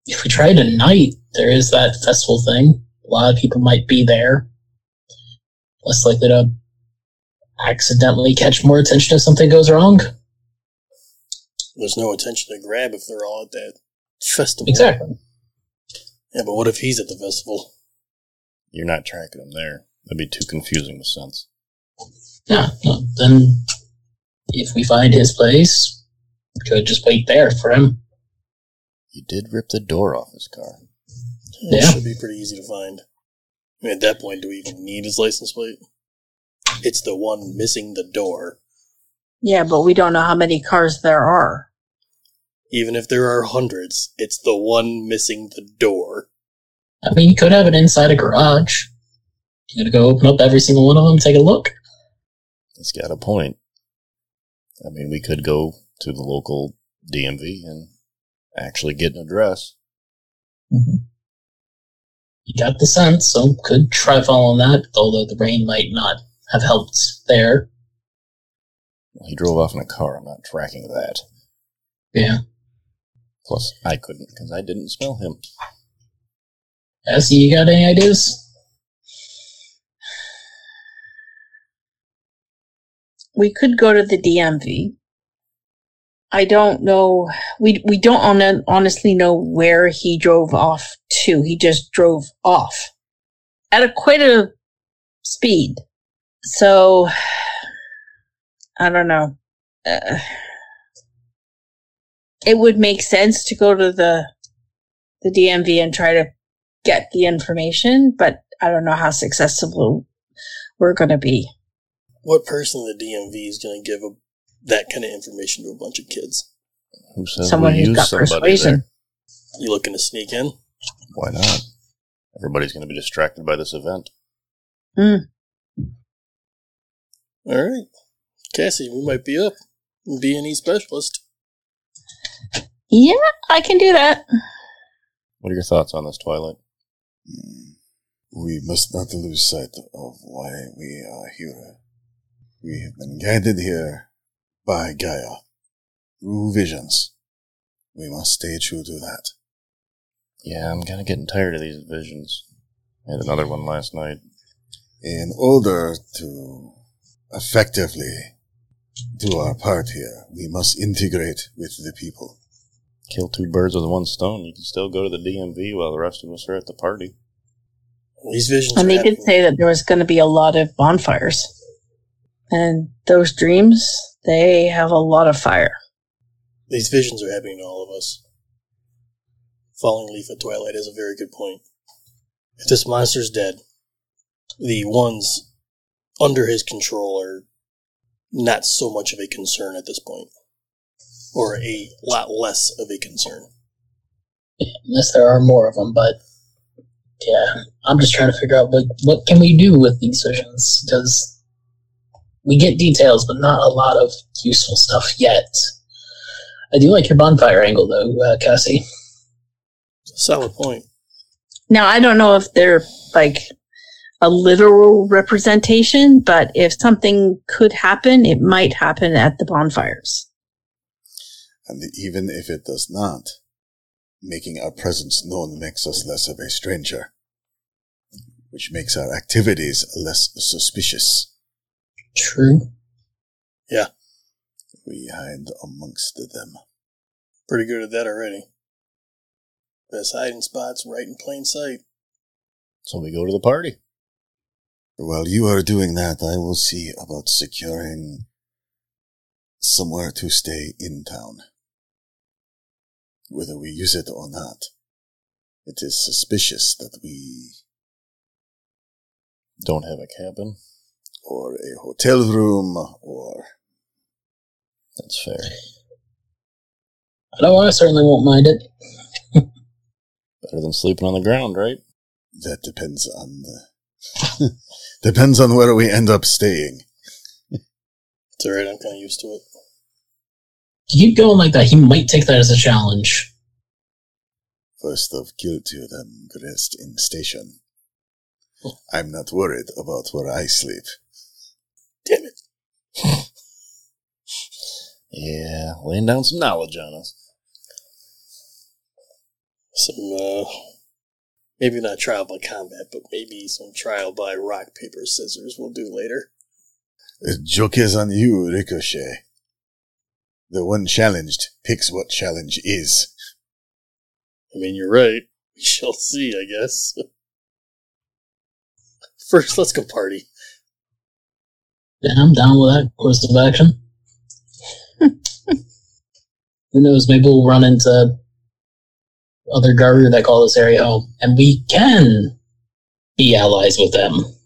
Speaker 3: if we try tonight, there is that festival thing. A lot of people might be there. Less likely to accidentally catch more attention if something goes wrong.
Speaker 2: There's no intention to grab if they're all at that festival.
Speaker 3: Exactly.
Speaker 2: Yeah, but what if he's at the festival?
Speaker 5: You're not tracking him there. That'd be too confusing with sense.
Speaker 3: Yeah. no, Then if we find his place, we could just wait there for him.
Speaker 5: You did rip the door off his car.
Speaker 2: It
Speaker 3: Yeah.
Speaker 2: should be pretty easy to find. I mean, at that point, do we even need his license plate? It's the one missing the door.
Speaker 6: Yeah, but we don't know how many cars there are.
Speaker 2: Even if there are hundreds, it's the one missing the door.
Speaker 3: I mean, you could have it inside a garage. You gotta go open up every single one of them, take a look.
Speaker 5: He's got a point. I mean, we could go to the local DMV and actually get an address.
Speaker 3: You got the sense, so could try following that, although the rain might not have helped there.
Speaker 5: He drove off in a car. I'm not tracking that.
Speaker 3: Yeah.
Speaker 5: Plus, I couldn't because I didn't smell him.
Speaker 3: Essie, you got any ideas?
Speaker 6: we could go to the DMV. I don't know. We we don't hon- honestly know where he drove off to. He just drove off at a quite a speed. So I don't know. Uh, it would make sense to go to the the DMV and try to get the information, but I don't know how successful we're going to be.
Speaker 2: What person in the DMV is going to give a, that kind of information to a bunch of kids?
Speaker 5: Who says
Speaker 6: Someone
Speaker 5: we
Speaker 6: who's
Speaker 5: use
Speaker 6: got
Speaker 5: somebody
Speaker 6: persuasion.
Speaker 5: there?
Speaker 2: You looking to sneak in?
Speaker 5: Why not? Everybody's going to be distracted by this event.
Speaker 2: All right. Cassie, we might be up. Be an E specialist.
Speaker 6: Yeah, I can do that.
Speaker 5: What are your thoughts on this, Twilight?
Speaker 9: Mm. We must not lose sight of why we are here. We have been guided here by Gaia through visions. We must stay true to that.
Speaker 5: Yeah, I'm kind of getting tired of these visions. I had another one last night.
Speaker 9: In order to effectively do our part here, we must integrate with the people.
Speaker 5: Kill two birds with one stone. You can still go to the DMV while the rest of us are at the party.
Speaker 2: These visions
Speaker 6: And
Speaker 2: are
Speaker 6: they did
Speaker 2: happening.
Speaker 6: say that there was going to be a lot of bonfires. And those dreams, they have a lot of fire.
Speaker 2: These visions are happening to all of us. Falling leaf at twilight is a very good point. If this monster's dead, the ones under his control are not so much of a concern at this point, or a lot less of a concern.
Speaker 3: Unless there are more of them, but yeah, I'm just trying to figure out like what can we do with these visions because we get details, but not a lot of useful stuff yet. I do like your bonfire angle though, uh, Cassie.
Speaker 2: Solid point.
Speaker 6: Now, I don't know if they're like a literal representation, but if something could happen, it might happen at the bonfires.
Speaker 9: And even if it does not, making our presence known makes us less of a stranger, which makes our activities less suspicious.
Speaker 3: True.
Speaker 9: We hide amongst them.
Speaker 2: Pretty good at that already. Best hiding spots right in plain sight.
Speaker 5: So we go to the party.
Speaker 9: While you are doing that, I will see about securing somewhere to stay in town. Whether we use it or not, it is suspicious that we,
Speaker 5: Don't have a cabin.
Speaker 9: or a hotel room, or
Speaker 5: That's fair.
Speaker 3: I know I certainly won't mind it.
Speaker 5: Better than sleeping on the ground, right?
Speaker 9: that depends on the, depends on where we end up staying.
Speaker 2: It's alright, I'm kind of used to it.
Speaker 3: Keep going like that. He might take that as a challenge.
Speaker 9: First of guilty, then rest in station. I'm not worried about where I sleep.
Speaker 2: Damn it.
Speaker 5: Yeah, laying down some knowledge on us.
Speaker 2: Some, uh, maybe not trial by combat, but maybe some trial by rock, paper, scissors we'll do later.
Speaker 9: The joke is on you, Ricochet. The one challenged picks what challenge is.
Speaker 2: I mean, you're right. We shall see, I guess. First, let's go party.
Speaker 3: Yeah, I'm down with that course of action. Who knows? Maybe we'll run into other Garu that call this area home, and we can be allies with them.
Speaker 5: As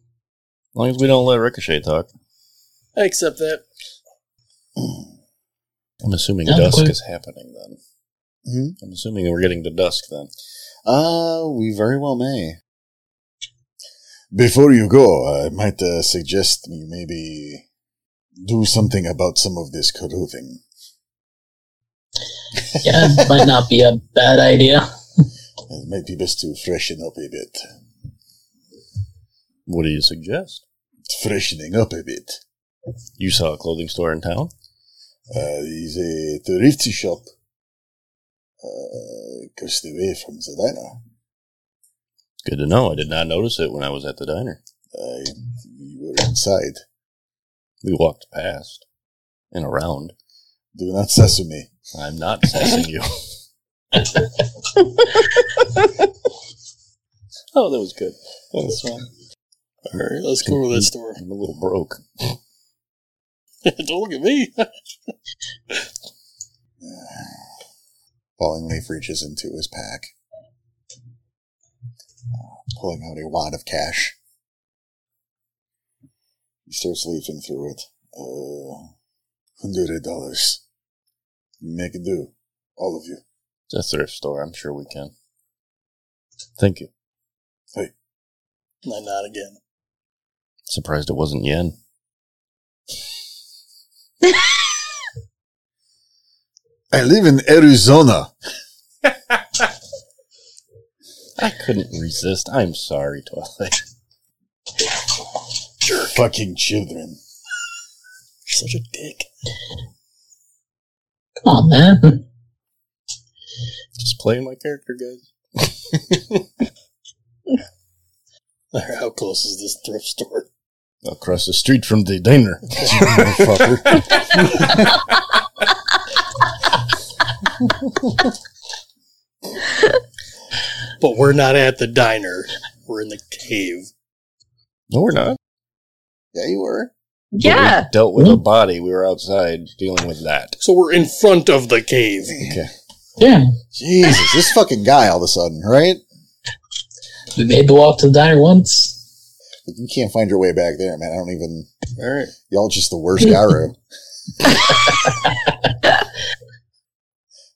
Speaker 5: long as we don't let Ricochet talk.
Speaker 2: I accept that.
Speaker 5: I'm assuming
Speaker 3: Yeah,
Speaker 5: dusk
Speaker 3: quick.
Speaker 5: is happening then.
Speaker 1: hmm
Speaker 5: I'm assuming we're getting to dusk then.
Speaker 1: Uh, we very well may.
Speaker 9: Before you go, I might uh, suggest you maybe do something about some of this carousing.
Speaker 3: Yeah, it might not be a bad idea.
Speaker 9: It might be best to freshen up a bit.
Speaker 5: What do you suggest?
Speaker 9: Freshening up a bit.
Speaker 5: You saw a clothing store in town?
Speaker 9: Uh, he's a thrift shop. Uh, across the way from the diner.
Speaker 5: Good to know. I did not notice it when I was at the diner.
Speaker 9: Uh, we were inside.
Speaker 5: We walked past and around.
Speaker 9: Do not sesame.
Speaker 5: I'm not sassing you. oh, that was good. That was fun.
Speaker 2: Alright, let's go to that store.
Speaker 5: I'm a little broke.
Speaker 2: Don't look at me.
Speaker 1: Falling Leaf reaches into his pack, uh, pulling out a wad of cash.
Speaker 9: He starts leafing through it. Uh, hundred dollars. You make it do. All of you.
Speaker 5: It's a thrift store. I'm sure we can. Thank you.
Speaker 2: No, not again.
Speaker 5: Surprised it wasn't yen.
Speaker 9: I live in Arizona.
Speaker 5: I couldn't resist. I'm sorry, Twilight.
Speaker 9: Fucking children.
Speaker 2: You're such a dick.
Speaker 3: Come on, man.
Speaker 5: Just playing my character, guys.
Speaker 2: Alright, How close is this thrift store?
Speaker 5: Across the street from the diner.
Speaker 9: Motherfucker.
Speaker 2: But we're not at the diner. We're in the cave.
Speaker 5: No, we're not.
Speaker 1: Yeah, you were.
Speaker 6: Yeah.
Speaker 5: We dealt with a body. We were outside dealing with that.
Speaker 2: So we're in front of the cave.
Speaker 3: Yeah,
Speaker 1: Jesus, this fucking guy all of a sudden, right?
Speaker 3: we made the walk to the diner once.
Speaker 1: Like, you can't find your way back there, man. I don't even.
Speaker 5: All right.
Speaker 1: Y'all just the worst Garu.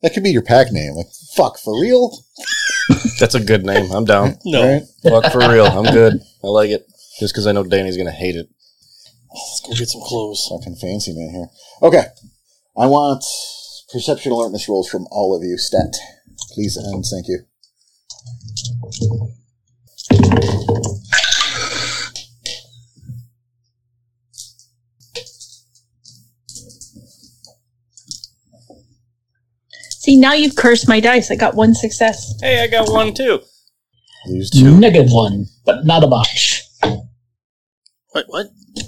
Speaker 1: that could be your pack name. Like, fuck, for real?
Speaker 5: That's a good name. I'm down.
Speaker 2: No.
Speaker 1: Right?
Speaker 5: Fuck for real. I'm good. I like it. Just because I know Danny's going to hate it.
Speaker 2: Let's go get some clothes.
Speaker 1: Fucking fancy man here. Okay. I want perception alertness rolls from all of you. Stat. Please and thank you.
Speaker 6: See, now you've cursed my dice. I got one success.
Speaker 5: Hey, I got one too.
Speaker 1: Lose two.
Speaker 3: Negative one, but not a botch.
Speaker 2: What? What?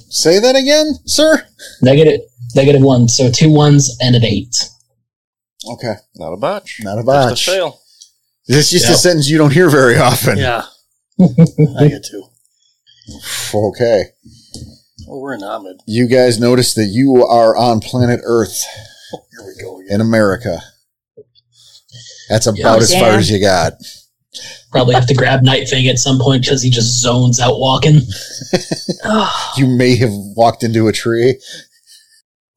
Speaker 1: Say that again, sir?
Speaker 3: Negative, negative one. So two ones and an eight.
Speaker 1: Okay.
Speaker 5: Not a botch.
Speaker 1: Not a
Speaker 5: Just
Speaker 1: botch.
Speaker 5: a fail.
Speaker 1: This is just
Speaker 2: Yeah.
Speaker 1: a sentence you don't hear very often.
Speaker 2: Yeah. I get to.
Speaker 1: Okay.
Speaker 2: Oh, we're in Ahmed.
Speaker 1: You guys notice that you are on planet Earth
Speaker 2: Here we go again.
Speaker 1: in America. That's about
Speaker 3: Yeah.
Speaker 1: as far
Speaker 6: Yeah.
Speaker 1: as you got.
Speaker 3: Probably have to grab Night Fang at some point because he just zones out walking.
Speaker 6: Oh,
Speaker 1: You may have walked into a tree.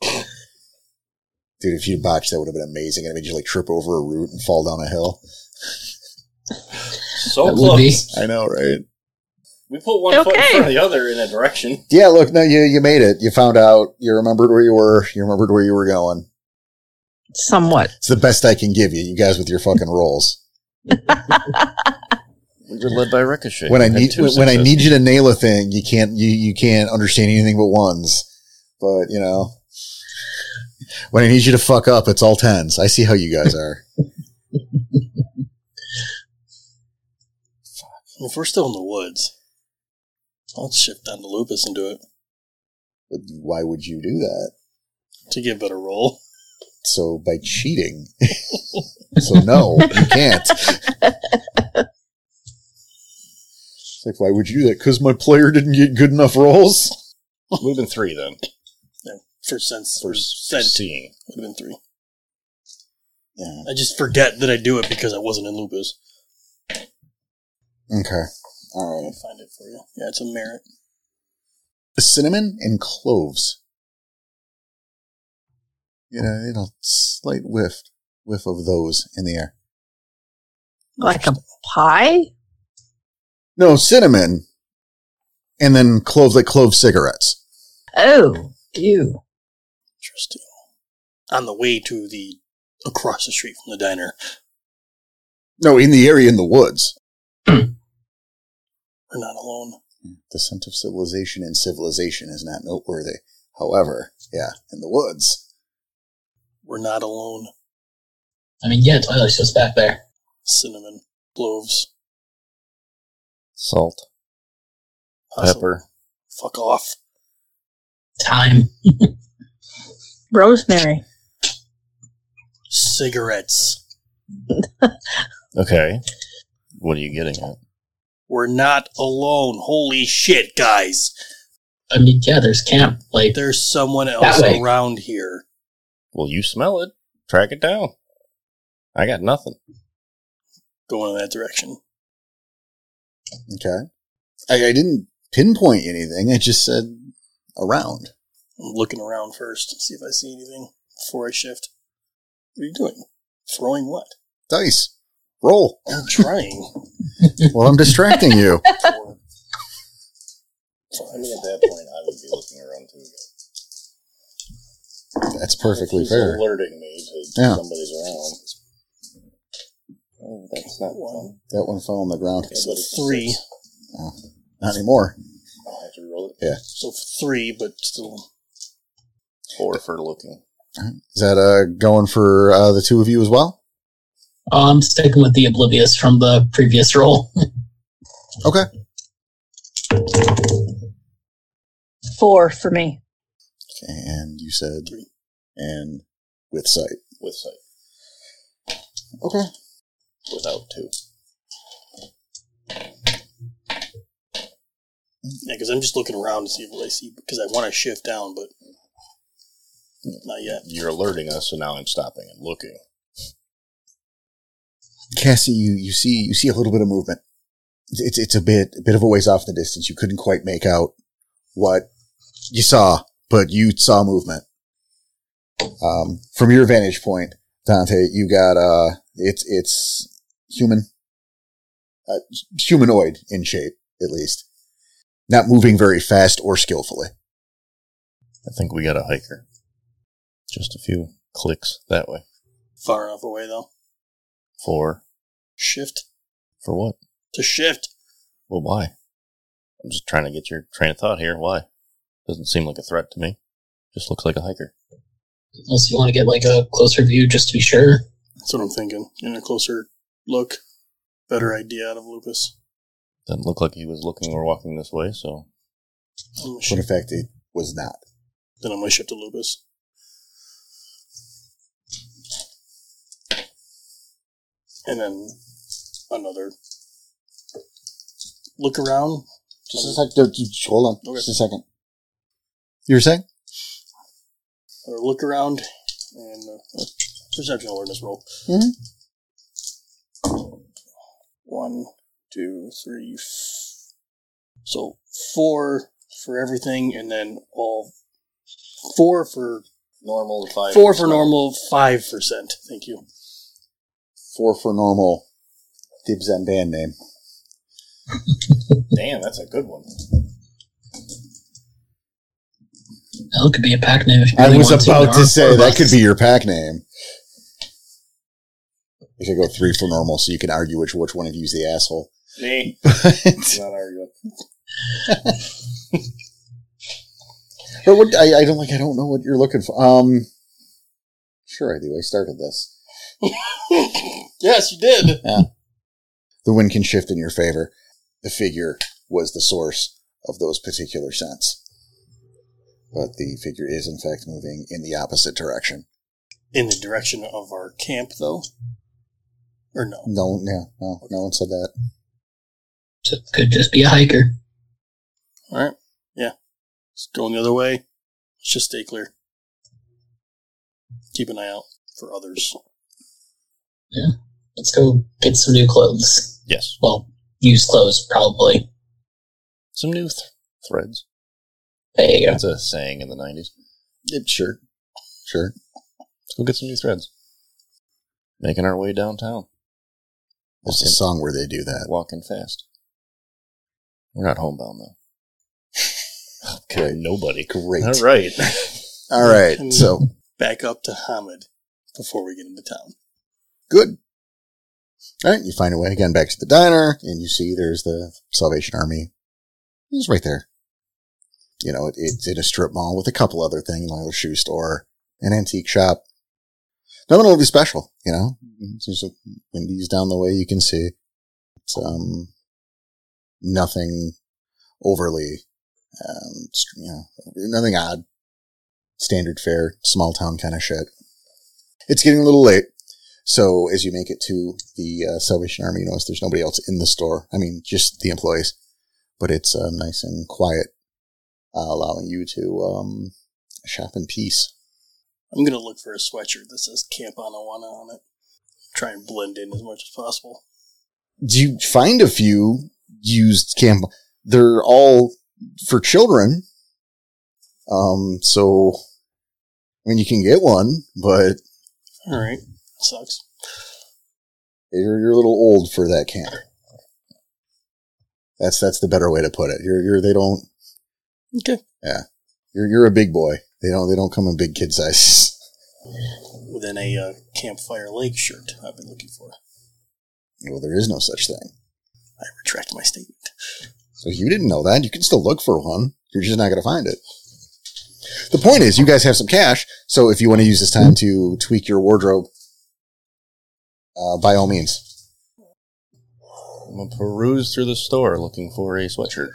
Speaker 1: Dude, if you botched, that would have been amazing. It made you like trip over a root and fall down a hill.
Speaker 5: So
Speaker 3: That would be.
Speaker 5: close.
Speaker 1: I know, right?
Speaker 2: We put one foot in
Speaker 6: Okay.
Speaker 2: front of the other in a direction.
Speaker 1: Yeah, look, no, you you made it. You found out. You remembered where you were. You remembered where you were going.
Speaker 6: Somewhat.
Speaker 1: It's the best I can give you, you guys, with your fucking rolls.
Speaker 5: We were led by Ricochet.
Speaker 1: When I
Speaker 5: We had
Speaker 1: need
Speaker 5: two
Speaker 1: when, when I
Speaker 5: successes.
Speaker 1: need you to nail a thing, you can't you you can't understand anything but ones. But you know, when I need you to fuck up, it's all tens. I see how you guys are.
Speaker 2: If we're still in the woods, I'll shift down to Lupus and do it
Speaker 1: But why would you do that?
Speaker 2: to give it a roll.
Speaker 1: So by cheating. so no, you can't. It's like, why would you do that? Because my player didn't get good enough rolls.
Speaker 5: Would have been three then.
Speaker 2: First sense,
Speaker 5: For
Speaker 2: first sense
Speaker 5: seeing.
Speaker 2: would have been three.
Speaker 1: Yeah.
Speaker 2: I just forget that I do it because I wasn't in Lupus.
Speaker 1: Okay. All
Speaker 2: I'll
Speaker 1: right.
Speaker 2: find it for you. Yeah, it's a merit.
Speaker 1: Cinnamon and cloves.
Speaker 9: You know, you know, slight whiff,
Speaker 1: Whiff of those in the air.
Speaker 6: Like a pie?
Speaker 1: No cinnamon, and then clove like clove cigarettes.
Speaker 6: Oh, ew.
Speaker 2: Interesting. On the way to the across the street from the diner,
Speaker 1: No, in the area in the woods.
Speaker 2: we're not alone.
Speaker 1: The scent of civilization and civilization is not noteworthy. However, yeah, in the woods.
Speaker 2: We're not alone.
Speaker 3: I mean, yeah, Twilight's just back there.
Speaker 2: Cinnamon, cloves,
Speaker 5: Salt,
Speaker 2: possible-
Speaker 5: pepper.
Speaker 2: Fuck off.
Speaker 3: Time.
Speaker 6: Rosemary.
Speaker 2: Cigarettes.
Speaker 5: Okay. What are you getting at?
Speaker 2: We're not alone. Holy shit, guys.
Speaker 3: I mean, yeah, there's camp. Like,
Speaker 2: There's someone else
Speaker 3: way.
Speaker 2: around here.
Speaker 5: Well, you smell it. Track it down. I got nothing.
Speaker 2: Going in that direction.
Speaker 1: Okay. I, I didn't pinpoint anything. I just said around.
Speaker 2: I'm looking around first to see if I see anything before I shift. What are you doing? Throwing what?
Speaker 1: Dice. Roll.
Speaker 2: I'm trying.
Speaker 1: Well, I'm distracting you.
Speaker 2: for-
Speaker 5: I mean, at that point, I would be looking around too.
Speaker 1: That's perfectly fair.
Speaker 5: alerting me to
Speaker 1: Yeah.
Speaker 5: somebody's around. Oh, that's not
Speaker 2: one.
Speaker 1: That one fell on the ground.
Speaker 2: So three.
Speaker 1: Not anymore.
Speaker 5: I have to roll it.
Speaker 2: So three, but still
Speaker 5: Four for looking.
Speaker 1: Is that uh, going for uh, the two of you as well?
Speaker 3: oh, I'm sticking with the oblivious from the previous roll.
Speaker 1: Okay.
Speaker 6: Four for me.
Speaker 1: And you said, and with sight.
Speaker 5: With sight.
Speaker 1: Okay.
Speaker 5: Without two.
Speaker 2: Yeah, because I'm just looking around to see what I see because I want to shift down, but not yet.
Speaker 5: You're alerting us, so now I'm stopping and looking.
Speaker 1: Cassie, you, you see you see a little bit of movement. It's it's, it's a bit a bit of a ways off in the distance. You couldn't quite make out what you saw, but you saw movement. Um, from your vantage point, Dante, you got uh, it's it's human, uh, humanoid in shape at least, not moving very fast or skillfully.
Speaker 5: I think we got a hiker. Just a few clicks that way.
Speaker 2: Far enough away though.
Speaker 5: Four.
Speaker 2: Shift
Speaker 5: For what?
Speaker 2: to shift.
Speaker 5: Well, why? I'm just trying to get your train of thought here. Why? Doesn't seem like a threat to me. Just looks like a hiker.
Speaker 3: Unless you want to get like a closer view just to be sure.
Speaker 2: That's what I'm thinking. In a closer look, better idea out of Lupus.
Speaker 5: Doesn't look like he was looking or walking this way, so
Speaker 2: I'm gonna
Speaker 1: But in
Speaker 2: shift,
Speaker 1: fact, it was not.
Speaker 2: then I'm gonna shift to Lupus. And then another look around.
Speaker 1: Just a second. Hold on.
Speaker 2: Okay.
Speaker 1: Just a second. You were saying?
Speaker 2: or look around and uh, uh, perception awareness roll.
Speaker 1: Mhm.
Speaker 2: One, two, three. f- So four for everything, and then all four for
Speaker 5: normal five.
Speaker 2: four for normal, five percent. Thank you.
Speaker 1: Four for normal. Dibs and band name.
Speaker 5: Damn, that's a good one.
Speaker 3: Hell, it could be a pack name if you
Speaker 1: I
Speaker 3: really
Speaker 1: was
Speaker 3: want
Speaker 1: about
Speaker 3: to,
Speaker 1: to say that could be your pack name. You could go three for normal, so you can argue which which one of you is the asshole.
Speaker 5: Me,
Speaker 1: but
Speaker 5: not arguing.
Speaker 1: what I, I don't like, I don't know what you're looking for. Um, sure, I do. I started this.
Speaker 2: yes, you did.
Speaker 1: The wind can shift in your favor. The figure was the source of those particular scents, but the figure is in fact moving in the opposite direction.
Speaker 2: In the direction of our camp, though? Or no?
Speaker 1: No, yeah, no, no one said that.
Speaker 3: So it could just be a hiker.
Speaker 2: All right. Yeah. It's going the other way. Let's just stay clear. Keep an eye out for others.
Speaker 3: Let's go get some new clothes.
Speaker 5: Yes,
Speaker 3: Well, used clothes, probably.
Speaker 5: some new th- threads.
Speaker 3: There you go.
Speaker 5: That's a saying in the '90s.
Speaker 1: Yep, sure, sure.
Speaker 5: Let's go get some new threads. Making our way downtown,
Speaker 1: There's a song where they do that.
Speaker 5: walking fast. We're not homebound though. Okay, nobody.
Speaker 1: Great.
Speaker 5: All right.
Speaker 1: All right. So
Speaker 2: Back up to Hamid before we get into town.
Speaker 1: good. All right, you find a way again back to the diner, and you see there's the Salvation Army. It's right there. You know, it, it's in a strip mall with a couple other things, like a shoe store, an antique shop. Nothing really special, you know. There's a Wendy's down the way you can see. It's um nothing overly, um, str- you know, nothing odd. Standard fare, small town kind of shit. It's getting a little late. So as you make it to the uh, Salvation Army, you notice there's nobody else in the store. I mean, just the employees, but it's uh, nice and quiet, uh, allowing you to um, shop in peace.
Speaker 2: I'm going to look for a sweatshirt that says Camp Anawana on it. Try and blend in as much as possible.
Speaker 1: Do you find a few used camp? They're all for children. Um, so I mean, you can get one, but
Speaker 2: All right. Sucks.
Speaker 1: you're, you're a little old for that camp. That's that's the better way to put it. You're you're they don't
Speaker 2: Okay.
Speaker 1: You're you're a big boy. They don't they don't come in big kid sizes.
Speaker 2: Within a uh, Campfire Lake shirt I've been looking for.
Speaker 1: Well, there is no such thing.
Speaker 2: I retract my statement.
Speaker 1: So you didn't know that. You can still look for one. You're just not going to find it. The point is, you guys have some cash, so if you want to use this time to tweak your wardrobe, uh, by all means.
Speaker 5: I'm gonna peruse through the store looking for a sweatshirt.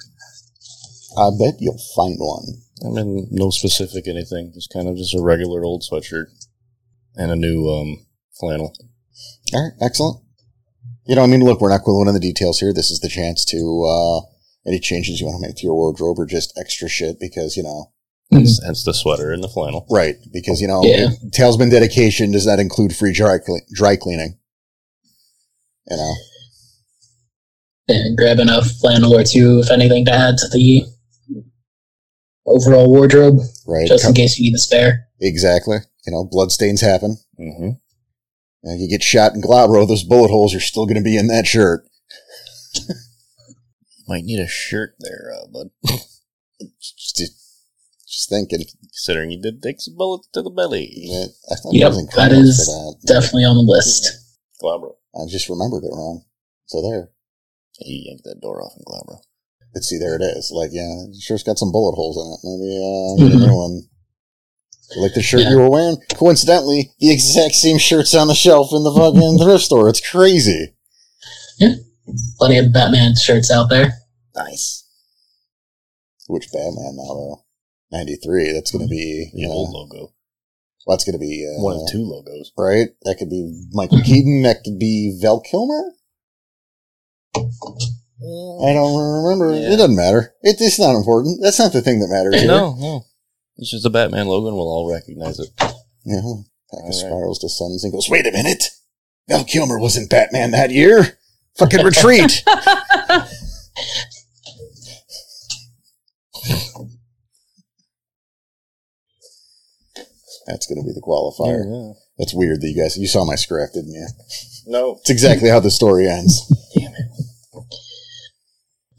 Speaker 1: I bet you'll find one.
Speaker 5: I'm in no specific anything. Just kind of just a regular old sweatshirt and a new um, flannel.
Speaker 1: All right, excellent. You know, I mean, look, we're not going into the details here. This is the chance to uh, any changes you want to make to your wardrobe or just extra shit because you know
Speaker 5: Hence, hence the sweater and the flannel.
Speaker 1: Right, because you know,
Speaker 3: Yeah.
Speaker 1: Talesman dedication does not include free dry, cle- dry cleaning. You know,
Speaker 3: And grab enough flannel or two, if anything, to add to the overall wardrobe,
Speaker 1: right?
Speaker 3: just in case you need a spare.
Speaker 1: exactly. You know, bloodstains happen.
Speaker 5: Mm-hmm.
Speaker 1: You, know, you get shot in Glabro, those bullet holes are still going to be in that shirt.
Speaker 5: Might need a shirt there, uh, bud.
Speaker 1: Just, just thinking.
Speaker 5: Considering you did take some bullets to the belly.
Speaker 1: That, I thought
Speaker 3: Yep,
Speaker 1: it was in
Speaker 3: that
Speaker 1: Glabro
Speaker 3: is
Speaker 1: for that.
Speaker 3: Definitely on the list.
Speaker 5: Glabro.
Speaker 1: I just remembered it wrong. So there.
Speaker 5: He yanked that door off in Glabro.
Speaker 1: But see, there it is. Like, yeah, it sure's got some bullet holes in it. Maybe uh, get a new one. Like the shirt
Speaker 3: Yeah.
Speaker 1: you were wearing. Coincidentally, the exact same shirt's on the shelf in the fucking thrift store. It's crazy.
Speaker 3: Plenty of Batman shirts out there.
Speaker 1: Nice. Which Batman now though? Ninety three. That's going to be
Speaker 5: The
Speaker 1: you
Speaker 5: old
Speaker 1: know,
Speaker 5: logo.
Speaker 1: well, that's going to be uh,
Speaker 5: One of two logos.
Speaker 1: right? That could be Michael Keaton. That could be Val Kilmer. I don't remember.
Speaker 5: Yeah.
Speaker 1: It doesn't matter. It, it's not important. That's not the thing that matters. Here.
Speaker 5: No, no. It's just a Batman logo and we'll all recognize it.
Speaker 1: You know,
Speaker 5: All
Speaker 1: Pack of
Speaker 5: right.
Speaker 1: spirals descends and goes. Wait a minute. Val Kilmer wasn't Batman that year. Fucking retreat. That's going to be the qualifier.
Speaker 5: Yeah.
Speaker 1: It's weird that you guys you saw my script, didn't you?
Speaker 5: No.
Speaker 1: It's exactly how the story ends.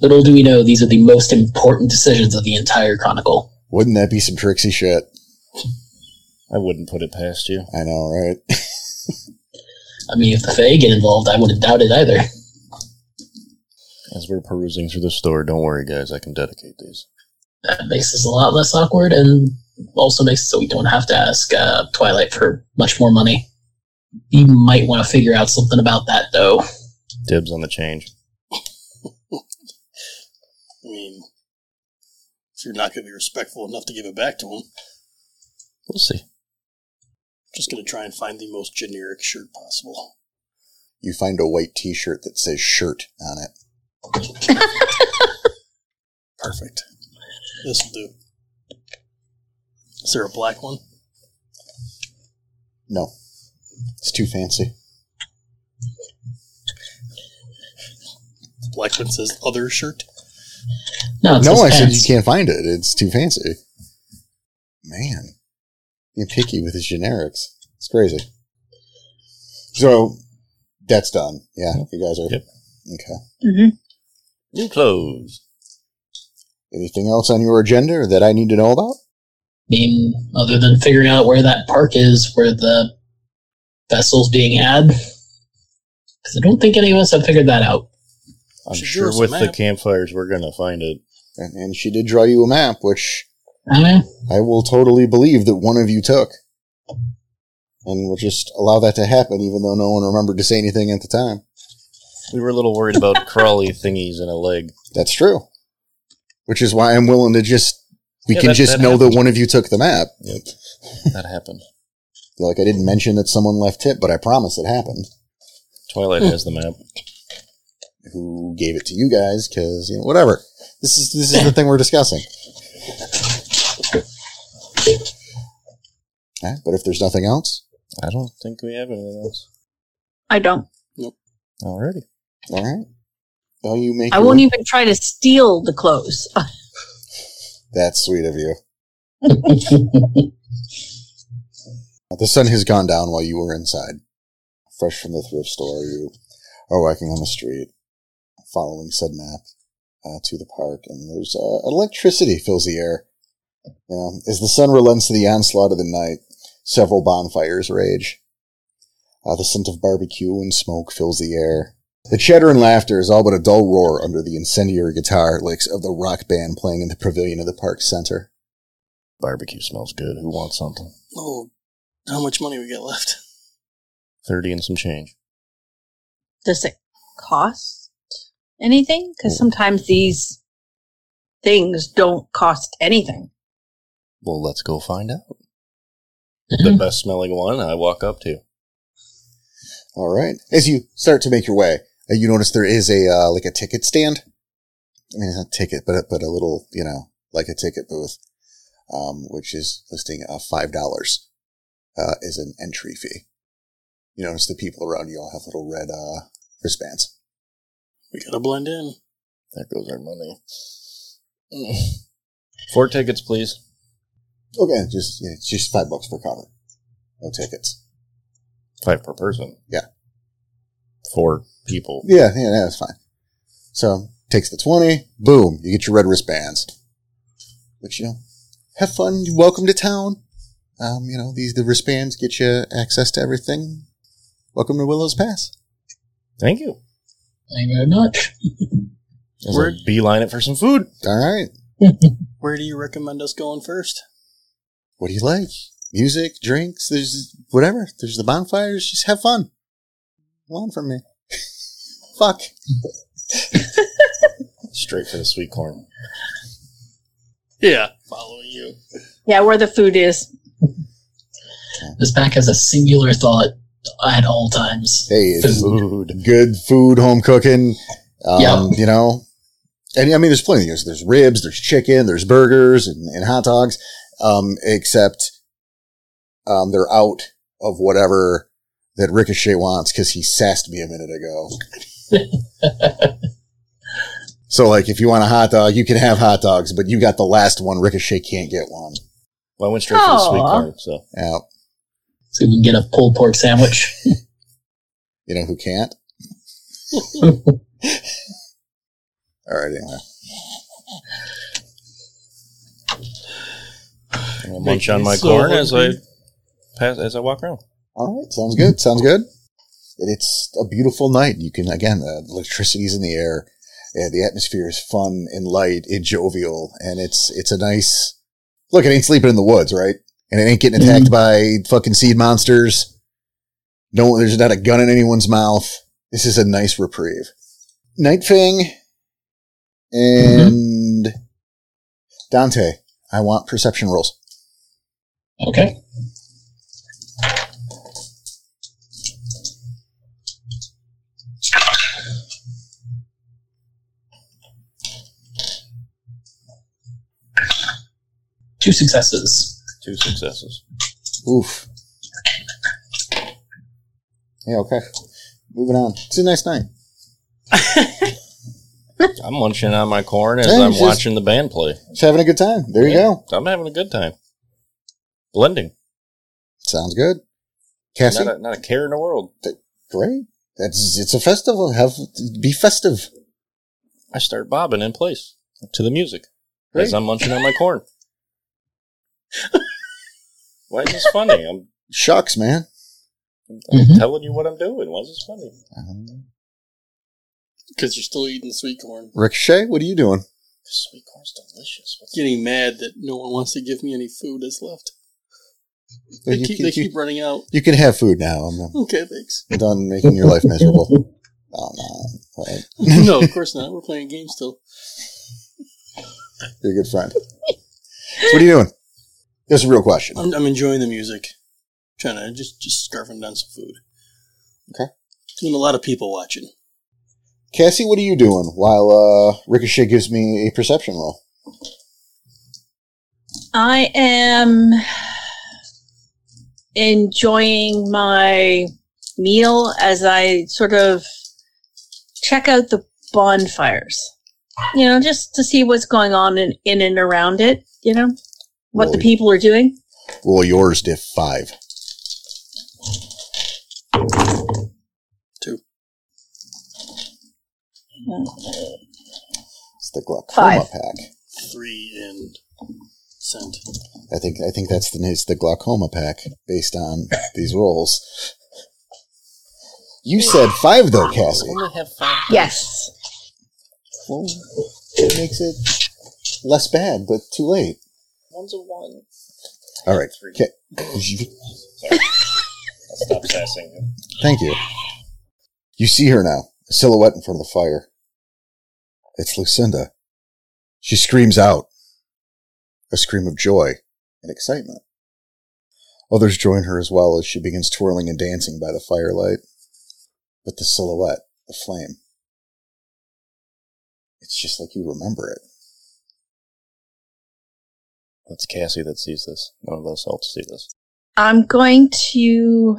Speaker 3: Little do we know, these are the most important decisions of the entire Chronicle.
Speaker 1: Wouldn't that be some tricksy shit?
Speaker 5: I wouldn't put it past you.
Speaker 1: I know, right?
Speaker 3: I mean, if the Fae get involved, I wouldn't doubt it either.
Speaker 5: As we're perusing through the store, don't worry, guys. I can dedicate these.
Speaker 3: That makes this a lot less awkward and also makes it so we don't have to ask uh, Twilight for much more money. You might want to figure out something about that, though.
Speaker 5: Dibs on the change.
Speaker 2: I mean, if you're not going to be respectful enough to give it back to him,
Speaker 5: We'll see.
Speaker 2: just going to try and find the most generic shirt possible.
Speaker 1: You find a white t shirt that says shirt on it.
Speaker 2: Perfect. This will do. Is there a black one?
Speaker 1: No, it's too fancy.
Speaker 2: The black one says other shirt.
Speaker 3: No, it's
Speaker 1: No,
Speaker 3: just
Speaker 1: I said you
Speaker 3: pants.
Speaker 1: can't find it. It's too fancy. Man, you're picky with his generics. It's crazy. So that's done. Yeah, you guys are.
Speaker 5: Yep.
Speaker 1: Okay.
Speaker 6: Mm-hmm.
Speaker 5: New clothes.
Speaker 1: Anything else on your agenda that I need to know about?
Speaker 3: I mean, other than figuring out where that park is, where the vessel's being had. Because I don't think any of us have figured that out.
Speaker 5: I'm
Speaker 2: Should
Speaker 5: sure
Speaker 2: draw us a
Speaker 5: with the
Speaker 2: map.
Speaker 5: campfires, we're gonna find it.
Speaker 1: And, and she did draw you a map, which
Speaker 3: I mean,
Speaker 1: I will totally believe that one of you took. And we'll just allow that to happen, even though no one remembered to say anything at the time.
Speaker 5: We were a little worried about crawly thingies in a leg.
Speaker 1: That's true. Which is why I'm willing to just, we
Speaker 5: Yeah,
Speaker 1: can
Speaker 5: that-
Speaker 1: just
Speaker 5: that
Speaker 1: know
Speaker 5: happened.
Speaker 1: that one of you took the map.
Speaker 5: Yep, that happened.
Speaker 1: You're like, I didn't mention that someone left tip, but I promise it happened.
Speaker 5: Twilight has the map.
Speaker 1: Who gave it to you guys? Because, you know, whatever. This is, this is the thing we're discussing. All right, but if there's nothing else,
Speaker 5: I don't think we have anything else.
Speaker 6: I don't.
Speaker 5: Alrighty.
Speaker 1: all right. Well, you make
Speaker 6: I
Speaker 1: your-
Speaker 6: won't even try to steal the clothes.
Speaker 1: That's sweet of you. The sun has gone down while you were inside. Fresh from the thrift store, you are walking on the street, following said map uh, to the park, and there's uh, electricity fills the air. You know, as the sun relents to the onslaught of the night, several bonfires rage. Uh, the scent of barbecue and smoke fills the air. The chatter and laughter is all but a dull roar under the incendiary guitar licks of the rock band playing in the pavilion of the park center.
Speaker 5: Barbecue smells good. Who wants something?
Speaker 2: Oh, how much money we got left?
Speaker 5: Thirty and some change.
Speaker 6: Does it cost anything? Because sometimes these things don't cost anything.
Speaker 5: Well, let's go find out. The best smelling one I walk up to.
Speaker 1: All right. As you start to make your way, uh, you notice there is a uh, like a ticket stand. I mean, it's not a ticket, but a, but a little, you know, like a ticket booth, um, which is listing uh, five dollars uh, as an entry fee. You notice the people around you all have little red uh, wristbands.
Speaker 2: We got to blend in.
Speaker 5: There goes our money. Four tickets, please.
Speaker 1: Okay, just yeah, it's just five bucks per cover. No tickets.
Speaker 5: Five per person.
Speaker 1: Yeah.
Speaker 5: Four people.
Speaker 1: Yeah, yeah, that's fine. So takes the twenty. Boom, you get your red wristbands. Which you know, have fun. You're welcome to town. Um, you know these the wristbands get you access to everything. Welcome to Willow's Pass.
Speaker 5: Thank you.
Speaker 3: Thank you very much.
Speaker 5: As I
Speaker 2: Where-
Speaker 5: beeline it for some food.
Speaker 1: All right.
Speaker 2: Where do you recommend us going first?
Speaker 1: What do you like? Music, drinks. There's whatever. There's the bonfires. Just have fun. One from me. Fuck.
Speaker 5: Straight for the sweet corn.
Speaker 2: Yeah, follow you.
Speaker 6: Yeah, where the food is.
Speaker 3: This pack has a singular thought at all times.
Speaker 1: Hey, it's
Speaker 5: Food.
Speaker 1: good food, home cooking. Um,
Speaker 3: Yeah.
Speaker 1: You know, and I mean, there's plenty. There's, there's ribs, there's chicken, there's burgers and, and hot dogs. Um, except, um, they're out of whatever that Ricochet wants because he sassed me a minute ago. so, like, if you want a hot dog, you can have hot dogs, but you got the last one. Ricochet can't get one.
Speaker 5: Well, I went straight for the sweet
Speaker 6: Aw.
Speaker 5: corn, so
Speaker 1: Now,
Speaker 3: So we can get a pulled pork sandwich.
Speaker 1: you know who can't? All right, anyway.
Speaker 5: I'm gonna munch on my
Speaker 2: so
Speaker 5: corn as I
Speaker 2: hungry.
Speaker 5: pass as I walk around.
Speaker 1: All right, sounds good. Sounds good. And It's a beautiful night. You can again, uh, the electricity's in the air. Yeah, the atmosphere is fun and light and jovial, and it's it's a nice look. It ain't sleeping in the woods, right? And it ain't getting attacked by fucking seed monsters. No, there's not a gun in anyone's mouth. This is a nice reprieve. Nightfang and Dante. I want perception rolls.
Speaker 3: Okay. Two successes.
Speaker 5: Two successes.
Speaker 1: Oof. Yeah, okay. Moving on. It's a nice night.
Speaker 5: I'm munching on my corn as
Speaker 1: Yeah,
Speaker 5: I'm
Speaker 1: it's just-
Speaker 5: watching the band play.
Speaker 1: Just having a good time. There you go.
Speaker 5: I'm having a good time. Blending.
Speaker 1: Sounds good. Cassie,
Speaker 5: Not a, not a care in the world.
Speaker 1: great. That's it's a festival. Have be festive.
Speaker 5: I start bobbing in place to the music
Speaker 1: Great.
Speaker 5: as I'm munching on my corn. Why is this funny? I'm,
Speaker 1: Shucks, man.
Speaker 5: I'm
Speaker 3: Mhm.
Speaker 5: telling you what I'm doing. Why is this funny?
Speaker 1: Um,
Speaker 2: because you're still eating sweet corn.
Speaker 1: Ricochet, what are you doing?
Speaker 5: Sweet corn's delicious. What's
Speaker 2: Getting mad that no one wants to give me any food that's left. They,
Speaker 1: You,
Speaker 2: keep,
Speaker 1: can,
Speaker 2: they
Speaker 1: you-
Speaker 2: keep running out.
Speaker 1: you can have food now. I'm
Speaker 2: Okay, thanks.
Speaker 1: done making your life miserable. Oh no, All right.
Speaker 2: no, of course not. We're playing a game still.
Speaker 1: you're a good friend. So what are you doing? That's a real question.
Speaker 2: I'm, I'm enjoying the music. Trying to just just scarfing down some food.
Speaker 1: Okay.
Speaker 2: Doing a lot of people watching.
Speaker 1: Cassie, what are you doing while uh, Ricochet gives me a perception roll?
Speaker 6: I am enjoying my meal as I sort of check out the bonfires. You know, just to see what's going on in, in and around it, you know, what the
Speaker 1: Roll-
Speaker 6: people are doing.
Speaker 1: Roll yours, diff five. It's the glaucoma
Speaker 6: Five.
Speaker 1: pack.
Speaker 2: Three and scent.
Speaker 1: I think I think that's the it's the glaucoma pack based on these rolls. You said five though, Cassie.
Speaker 6: Yes.
Speaker 1: Well, it makes it less bad, but too late.
Speaker 5: One's a one.
Speaker 1: All right.
Speaker 5: Three.
Speaker 1: Okay.
Speaker 5: I'll stop sassing him.
Speaker 1: Thank you. You see her now, a silhouette in front of the fire. It's Lucinda. She screams out a scream of joy and excitement. Others join her as well as she begins twirling and dancing by the firelight. But the silhouette, the flame, it's just like you remember it.
Speaker 5: It's Cassie that sees this. None of us else see this.
Speaker 6: I'm going to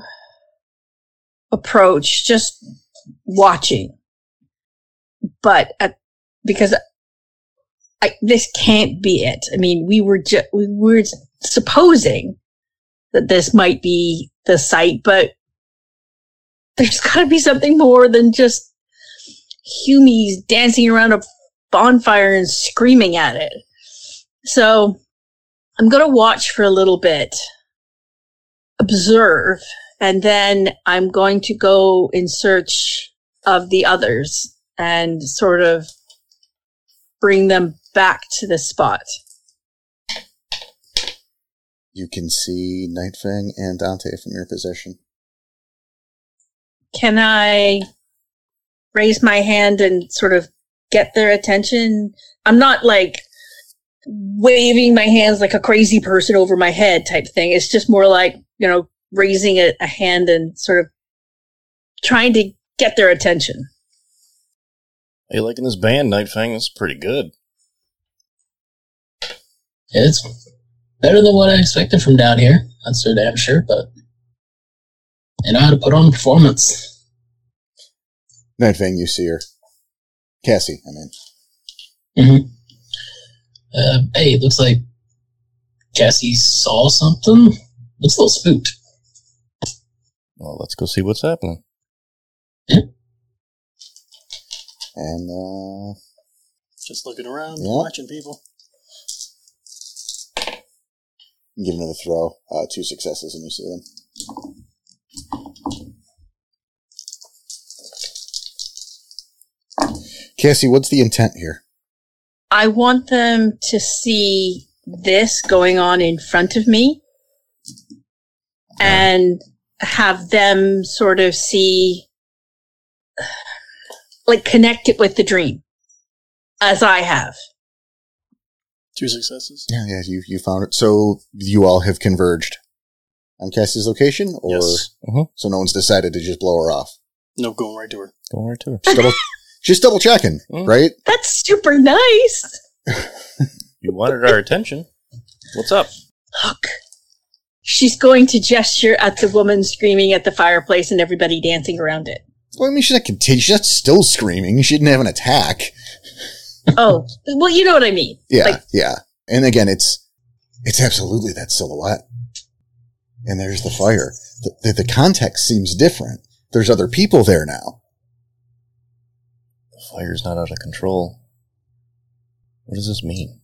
Speaker 6: approach just watching, but at, because I, this can't be it. I mean, we were ju- we were supposing that this might be the site, but there's got to be something more than just humies dancing around a bonfire and screaming at it. So I'm going to watch for a little bit observe and then I'm going to go in search of the others and sort of bring them back to the spot.
Speaker 1: You can see Nightfang and Dante from your position.
Speaker 6: Can I raise my hand and sort of get their attention? I'm not like waving my hands like a crazy person over my head type thing. It's just more like, you know, raising a, a hand and sort of trying to get their attention.
Speaker 5: Are you liking this band, Nightfang? This is pretty good.
Speaker 3: It's better than what I expected from down here. That's so damn sure, but you know how to put on a performance.
Speaker 1: Nightfang, you see her. Cassie, I mean.
Speaker 3: Mm-hmm. Uh, hey, it looks like Cassie saw something. Looks a little spooked.
Speaker 5: Well, let's go see what's happening.
Speaker 1: And uh,
Speaker 2: Just looking around,
Speaker 1: Yeah.
Speaker 2: watching people.
Speaker 1: You Give another throw. Uh, two successes, and you see them. Cassie, what's the intent here?
Speaker 6: I want them to see this going on in front of me and have them sort of see, like, connect it with the dream as I have.
Speaker 2: Two successes.
Speaker 1: Yeah, yeah, you, you found it. So you all have converged on Cassie's location, or
Speaker 2: Yes.
Speaker 5: Mhm.
Speaker 1: so no one's decided to just blow her off.
Speaker 2: No, going right to her.
Speaker 5: Going right to her.
Speaker 1: Just double, just double checking,
Speaker 5: Mm.
Speaker 1: right?
Speaker 6: That's super nice.
Speaker 5: You wanted our attention. What's up?
Speaker 6: Look, she's going to gesture at the woman screaming at the fireplace and everybody dancing around it.
Speaker 1: Well, I mean, she's not continu- She's not still screaming. She didn't have an attack.
Speaker 6: oh, well, you know what I mean.
Speaker 1: Yeah,
Speaker 6: Like-
Speaker 1: yeah. And again, it's it's absolutely that silhouette. And there's the fire. The, the, the context seems different. There's other people there now.
Speaker 5: The fire's not out of control. What does this mean?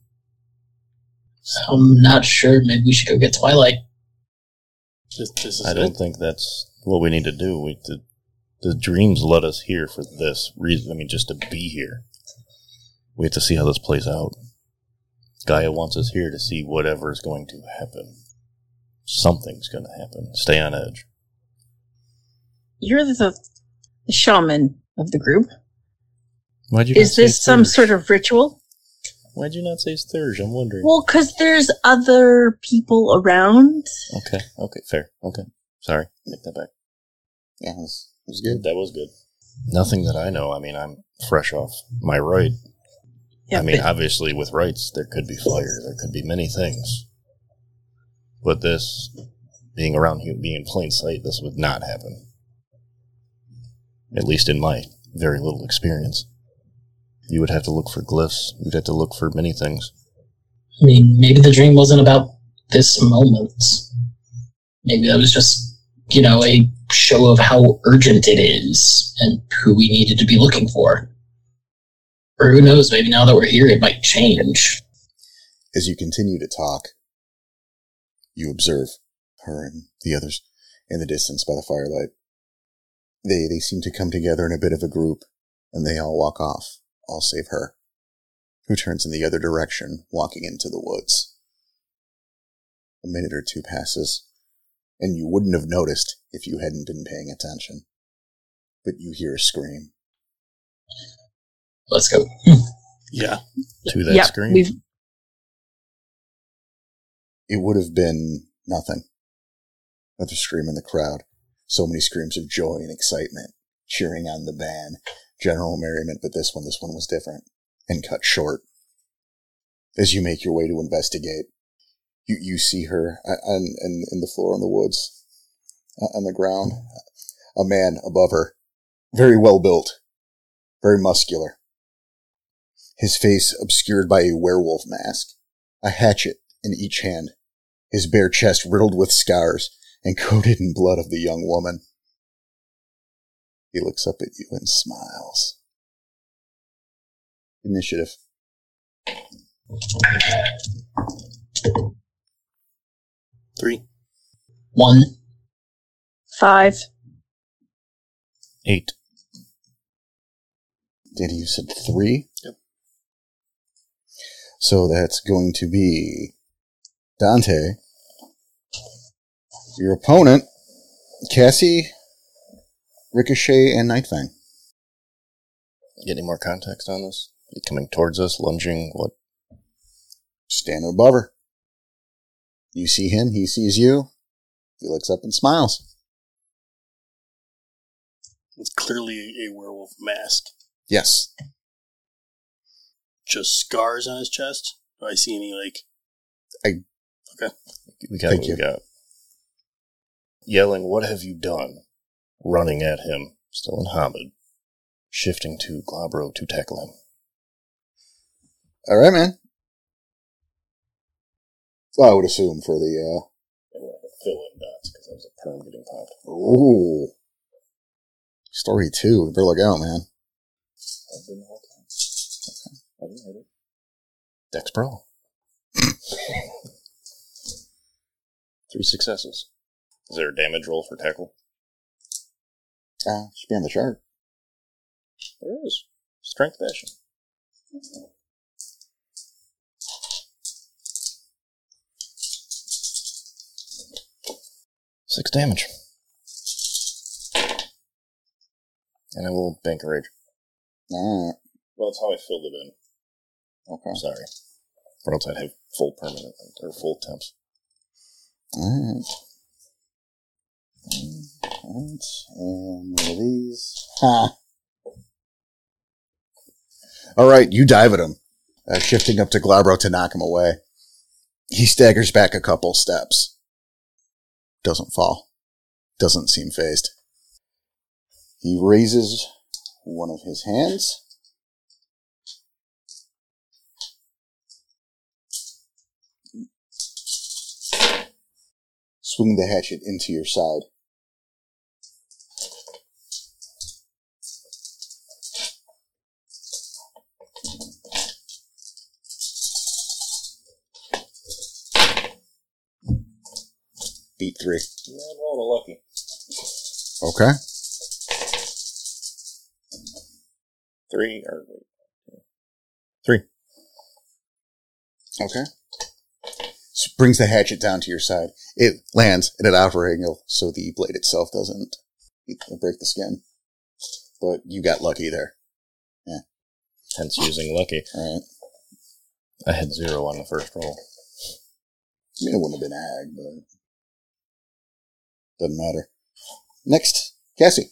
Speaker 3: I'm not sure. Maybe we should go get Twilight.
Speaker 2: This, this is
Speaker 5: I don't
Speaker 2: it.
Speaker 5: think that's what we need to do. We the, the dreams led us here for this reason. I mean, just to be here. We have to see how this plays out. Gaia wants us here to see whatever is going to happen. Something's going to happen. Stay on edge.
Speaker 6: You're the, the shaman of the group.
Speaker 5: Why'd you?
Speaker 6: Is this some sort of ritual?
Speaker 5: Why'd you not say Thurge? I'm wondering.
Speaker 6: Well, because there's other people around.
Speaker 5: okay. Okay. Fair. Okay. Sorry. Take that back.
Speaker 1: Yeah, it was, it was good.
Speaker 5: That was good. Nothing that I know. I mean, I'm fresh off my right. I mean, obviously, with rights, there could be fire, there could be many things. But this, being around here, being in plain sight, this would not happen. At least in my very little experience. You would have to look for glyphs, you'd have to look for many things.
Speaker 3: I mean, maybe the dream wasn't about this moment. Maybe that was just, you know, a show of how urgent it is and who we needed to be looking for. Or who knows, maybe now that we're here, it might change.
Speaker 1: As you continue to talk, you observe her and the others in the distance by the firelight. They they seem to come together in a bit of a group, and they all walk off, all save her, who turns in the other direction, walking into the woods. A minute or two passes, and you wouldn't have noticed if you hadn't been paying attention. But you hear a scream.
Speaker 3: Let's go.
Speaker 2: Yeah.
Speaker 5: To that
Speaker 6: Yep,
Speaker 5: screen.
Speaker 6: we've-
Speaker 1: It would have been nothing. Another scream in the crowd. So many screams of joy and excitement, cheering on the band, general merriment, but this one, this one was different and cut short. As you make your way to investigate, you, you see her uh, on, in, in the floor in the woods, uh, on the ground, a man above her, very well built, very muscular. His face obscured by a werewolf mask, a hatchet in each hand, his bare chest riddled with scars and coated in blood of the young woman. He looks up at you and smiles. Initiative.
Speaker 2: Three.
Speaker 3: One.
Speaker 6: Five.
Speaker 5: Eight.
Speaker 1: Did you said three?
Speaker 2: Yep.
Speaker 1: So that's going to be Dante. Your opponent, Cassie, Ricochet, and Nightfang.
Speaker 5: Get any more context on this? Coming towards us, lunging, what?
Speaker 1: standing above her. You see him, he sees you. He looks up and smiles.
Speaker 2: It's clearly a werewolf mask.
Speaker 1: Yes.
Speaker 2: Just scars on his chest. Do I see any like?
Speaker 5: We got
Speaker 1: Thank
Speaker 5: what
Speaker 1: you.
Speaker 5: we got. Yelling, what have you done? Running at him, still in Hamid. Shifting to Glabro to tackle him.
Speaker 1: All right, man. Well, I would assume for the, uh,
Speaker 5: And we're gonna fill in dots because that was a perm getting popped.
Speaker 1: ooh. Story two. You better look out, man.
Speaker 5: I've been the whole time.
Speaker 10: hit it.
Speaker 5: Dex Brawl. Three successes. Is there a damage roll for tackle?
Speaker 1: Uh, should be on the chart.
Speaker 5: There is. Strength bashing. Six damage. And I will bank a rage.
Speaker 1: All
Speaker 5: Well, that's how I filled it in.
Speaker 1: right. Okay.
Speaker 5: Sorry. Or else I'd have full permanent or full temps.
Speaker 1: All right. All right. And one of these. Ha. All right. You dive at him, uh, shifting up to Glabro to knock him away. He staggers back a couple steps. Doesn't fall. Doesn't seem phased. He raises one of his hands. swing the hatchet into your side. Beat three.
Speaker 5: Yeah, I'm rolling a lucky.
Speaker 1: Okay.
Speaker 5: Three or wait,
Speaker 1: Okay. S- brings the hatchet down to your side. It lands at an outer angle, so the blade itself doesn't break the skin. But you got lucky there.
Speaker 5: hence using lucky.
Speaker 1: All right.
Speaker 5: I had zero on the first roll.
Speaker 1: I mean, it wouldn't have been ag, but doesn't matter. Next, Cassie.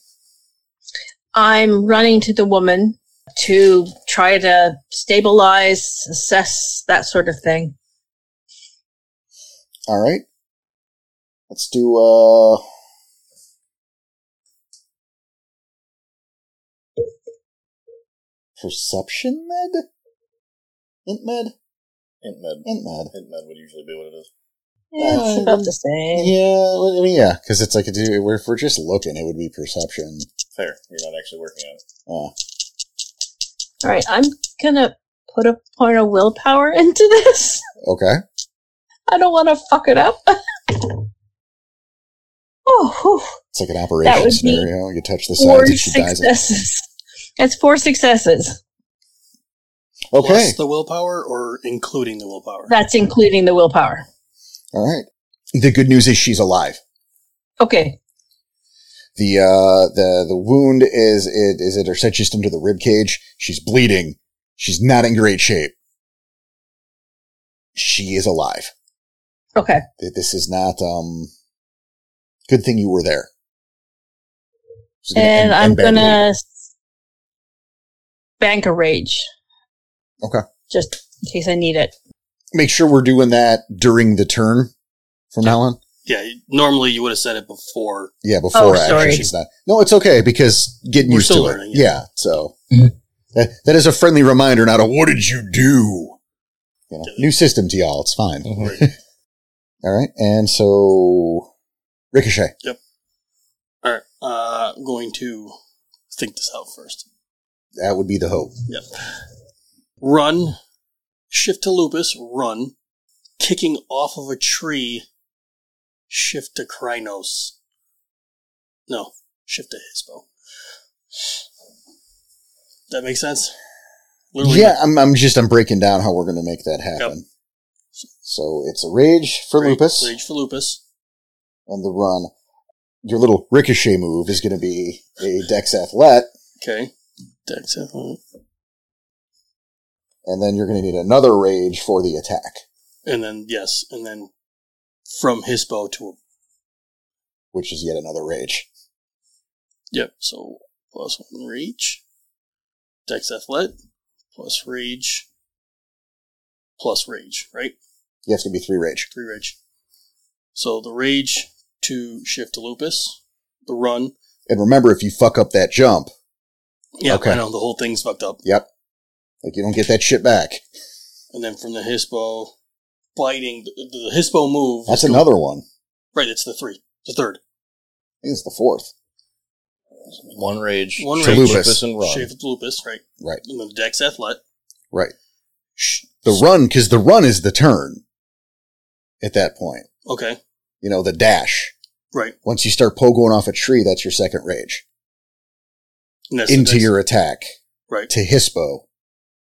Speaker 6: I'm running to the woman to try to stabilize, assess that sort of thing.
Speaker 1: All right, let's do. uh Perception med, int med,
Speaker 5: Int med.
Speaker 1: int med.
Speaker 5: Int med would usually be what it is.
Speaker 1: Yeah,
Speaker 6: it's about the same.
Speaker 1: Yeah, well, I mean, yeah, because it's like a, if we're just looking, it would be perception.
Speaker 5: Fair. You're not actually working on it.
Speaker 1: Uh,
Speaker 6: All right, I'm gonna put a point of willpower into this.
Speaker 1: Uh, okay,
Speaker 6: I don't want to fuck it up. oh, whew.
Speaker 1: it's like an operation
Speaker 6: would be
Speaker 1: scenario. You touch the
Speaker 6: four
Speaker 1: sides, and she dies.
Speaker 6: successes. That's four successes.
Speaker 1: Okay,
Speaker 2: Plus the willpower or including the willpower?
Speaker 6: That's including the willpower.
Speaker 1: all right. The good news is she's alive.
Speaker 6: Okay.
Speaker 1: The uh the the wound is it is it her set just under the rib cage. She's bleeding. She's not in great shape. She is alive.
Speaker 6: Okay.
Speaker 1: Th- This is not um good thing you were there. This is gonna
Speaker 6: And
Speaker 1: end-
Speaker 6: I'm
Speaker 1: end badly.
Speaker 6: gonna s- bank a rage.
Speaker 1: Okay.
Speaker 6: Just in case I need it.
Speaker 1: make sure we're doing that during the turn from now on.
Speaker 2: Yeah, normally you would have said it before.
Speaker 1: Yeah, before action,
Speaker 4: sorry.
Speaker 1: she's not. No, it's okay because getting
Speaker 2: We're
Speaker 1: used
Speaker 2: still
Speaker 1: to it.
Speaker 2: learning,
Speaker 1: Yeah,
Speaker 2: yeah.
Speaker 1: so
Speaker 3: Mhm.
Speaker 1: that, that is a friendly reminder, not a what did you do? You know, new system to y'all. It's fine. All right, and so ricochet.
Speaker 2: All right, uh, I'm going to think this out first.
Speaker 1: That would be the hope.
Speaker 2: Yep. Run, shift to lupus, run, kicking off of a tree, shift to Krynos. No, shift to Hispo. That makes sense?
Speaker 1: yeah, I'm, I'm just I'm breaking down how we're going to make that happen. So it's a rage for
Speaker 2: Rage-
Speaker 1: lupus
Speaker 2: Rage for lupus.
Speaker 1: and the run. Your little ricochet move is going to be a dex athlete.
Speaker 2: Okay. Dex athlete.
Speaker 1: and then you're going to need another rage for the attack,
Speaker 2: And then, yes, and then from Hispo to.
Speaker 1: which is yet another rage.
Speaker 2: Yep, so plus one rage. Dex athlete. Plus rage. Plus rage, right?
Speaker 1: Yeah, it's going to be three rage.
Speaker 2: Three rage. So the rage to shift to lupus, the run.
Speaker 1: And remember, if you fuck up that jump,
Speaker 2: Yeah,
Speaker 1: Okay.
Speaker 2: I know the whole thing's fucked up.
Speaker 1: yep, like you don't get that shit back.
Speaker 2: And then from the hispo, biting the, the hispo move.
Speaker 1: That's another one.
Speaker 2: Right, it's the three, the third.
Speaker 1: I think it's the fourth.
Speaker 5: One rage.
Speaker 2: One
Speaker 1: To
Speaker 2: rage,
Speaker 1: lupus.
Speaker 5: and run.
Speaker 2: shift to lupus, right?
Speaker 1: Right,
Speaker 2: And then the dex athlete,
Speaker 1: right. Shh. The run, because the run is the turn at that point.
Speaker 2: Okay.
Speaker 1: You know, the dash.
Speaker 2: Right.
Speaker 1: Once you start pogoing off a tree, that's your second rage.
Speaker 2: And that's the
Speaker 1: Into
Speaker 2: next-
Speaker 1: your attack.
Speaker 2: Right.
Speaker 1: To Hispo,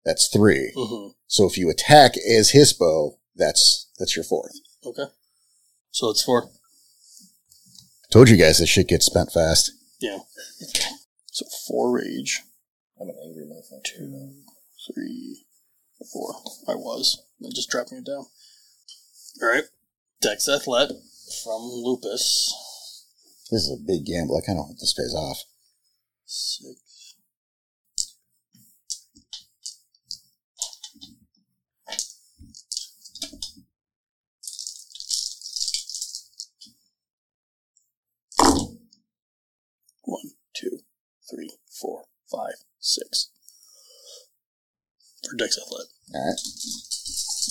Speaker 1: that's three.
Speaker 2: Mhm.
Speaker 1: So if you attack as Hispo, that's that's your fourth.
Speaker 2: Okay. So it's four.
Speaker 1: Told you guys this shit gets spent fast.
Speaker 2: Yeah. So four rage.
Speaker 5: I'm an angry motherfucker.
Speaker 2: Two, three, four. I was. I'm just dropping it down. All right. Dex Athlet from Lupus.
Speaker 1: This is a big gamble. I kind of hope this pays off.
Speaker 2: Six. One, two, three, four, five, six. For Dex Athlet.
Speaker 1: All right.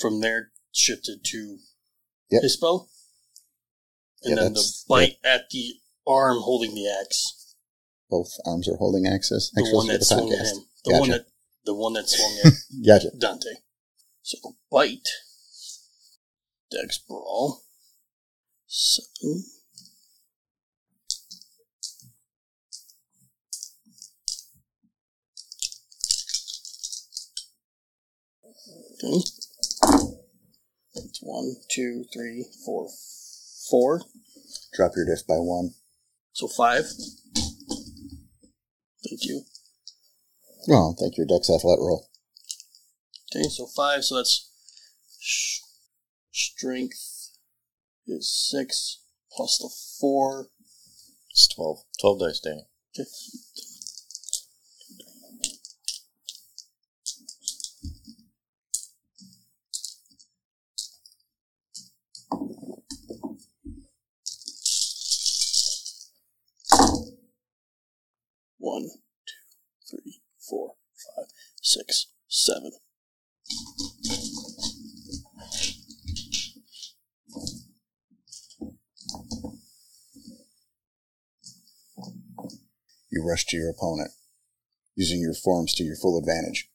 Speaker 2: From there, shifted to
Speaker 1: Yep.
Speaker 2: Hispo. And
Speaker 1: Yeah,
Speaker 2: then the
Speaker 1: that's-
Speaker 2: bite at the arm holding the axe.
Speaker 1: Both arms are holding axis.
Speaker 2: the one
Speaker 1: for
Speaker 2: that swung at him. The one
Speaker 1: Gotcha.
Speaker 2: that the one that swung at
Speaker 1: Gotcha.
Speaker 2: Dante. So bite. Dex brawl. Seven. Okay. It's one, two, three, four, four.
Speaker 1: Drop your diff by one.
Speaker 2: So five. Thank you.
Speaker 1: Oh, thank your dex athlet roll.
Speaker 2: Okay, so five, so that's sh- strength is six plus the four.
Speaker 5: It's 12. 12 dice, Danny.
Speaker 2: Okay. One, two, three, four, five, six, seven.
Speaker 1: You rush to your opponent, using your forms to your full advantage.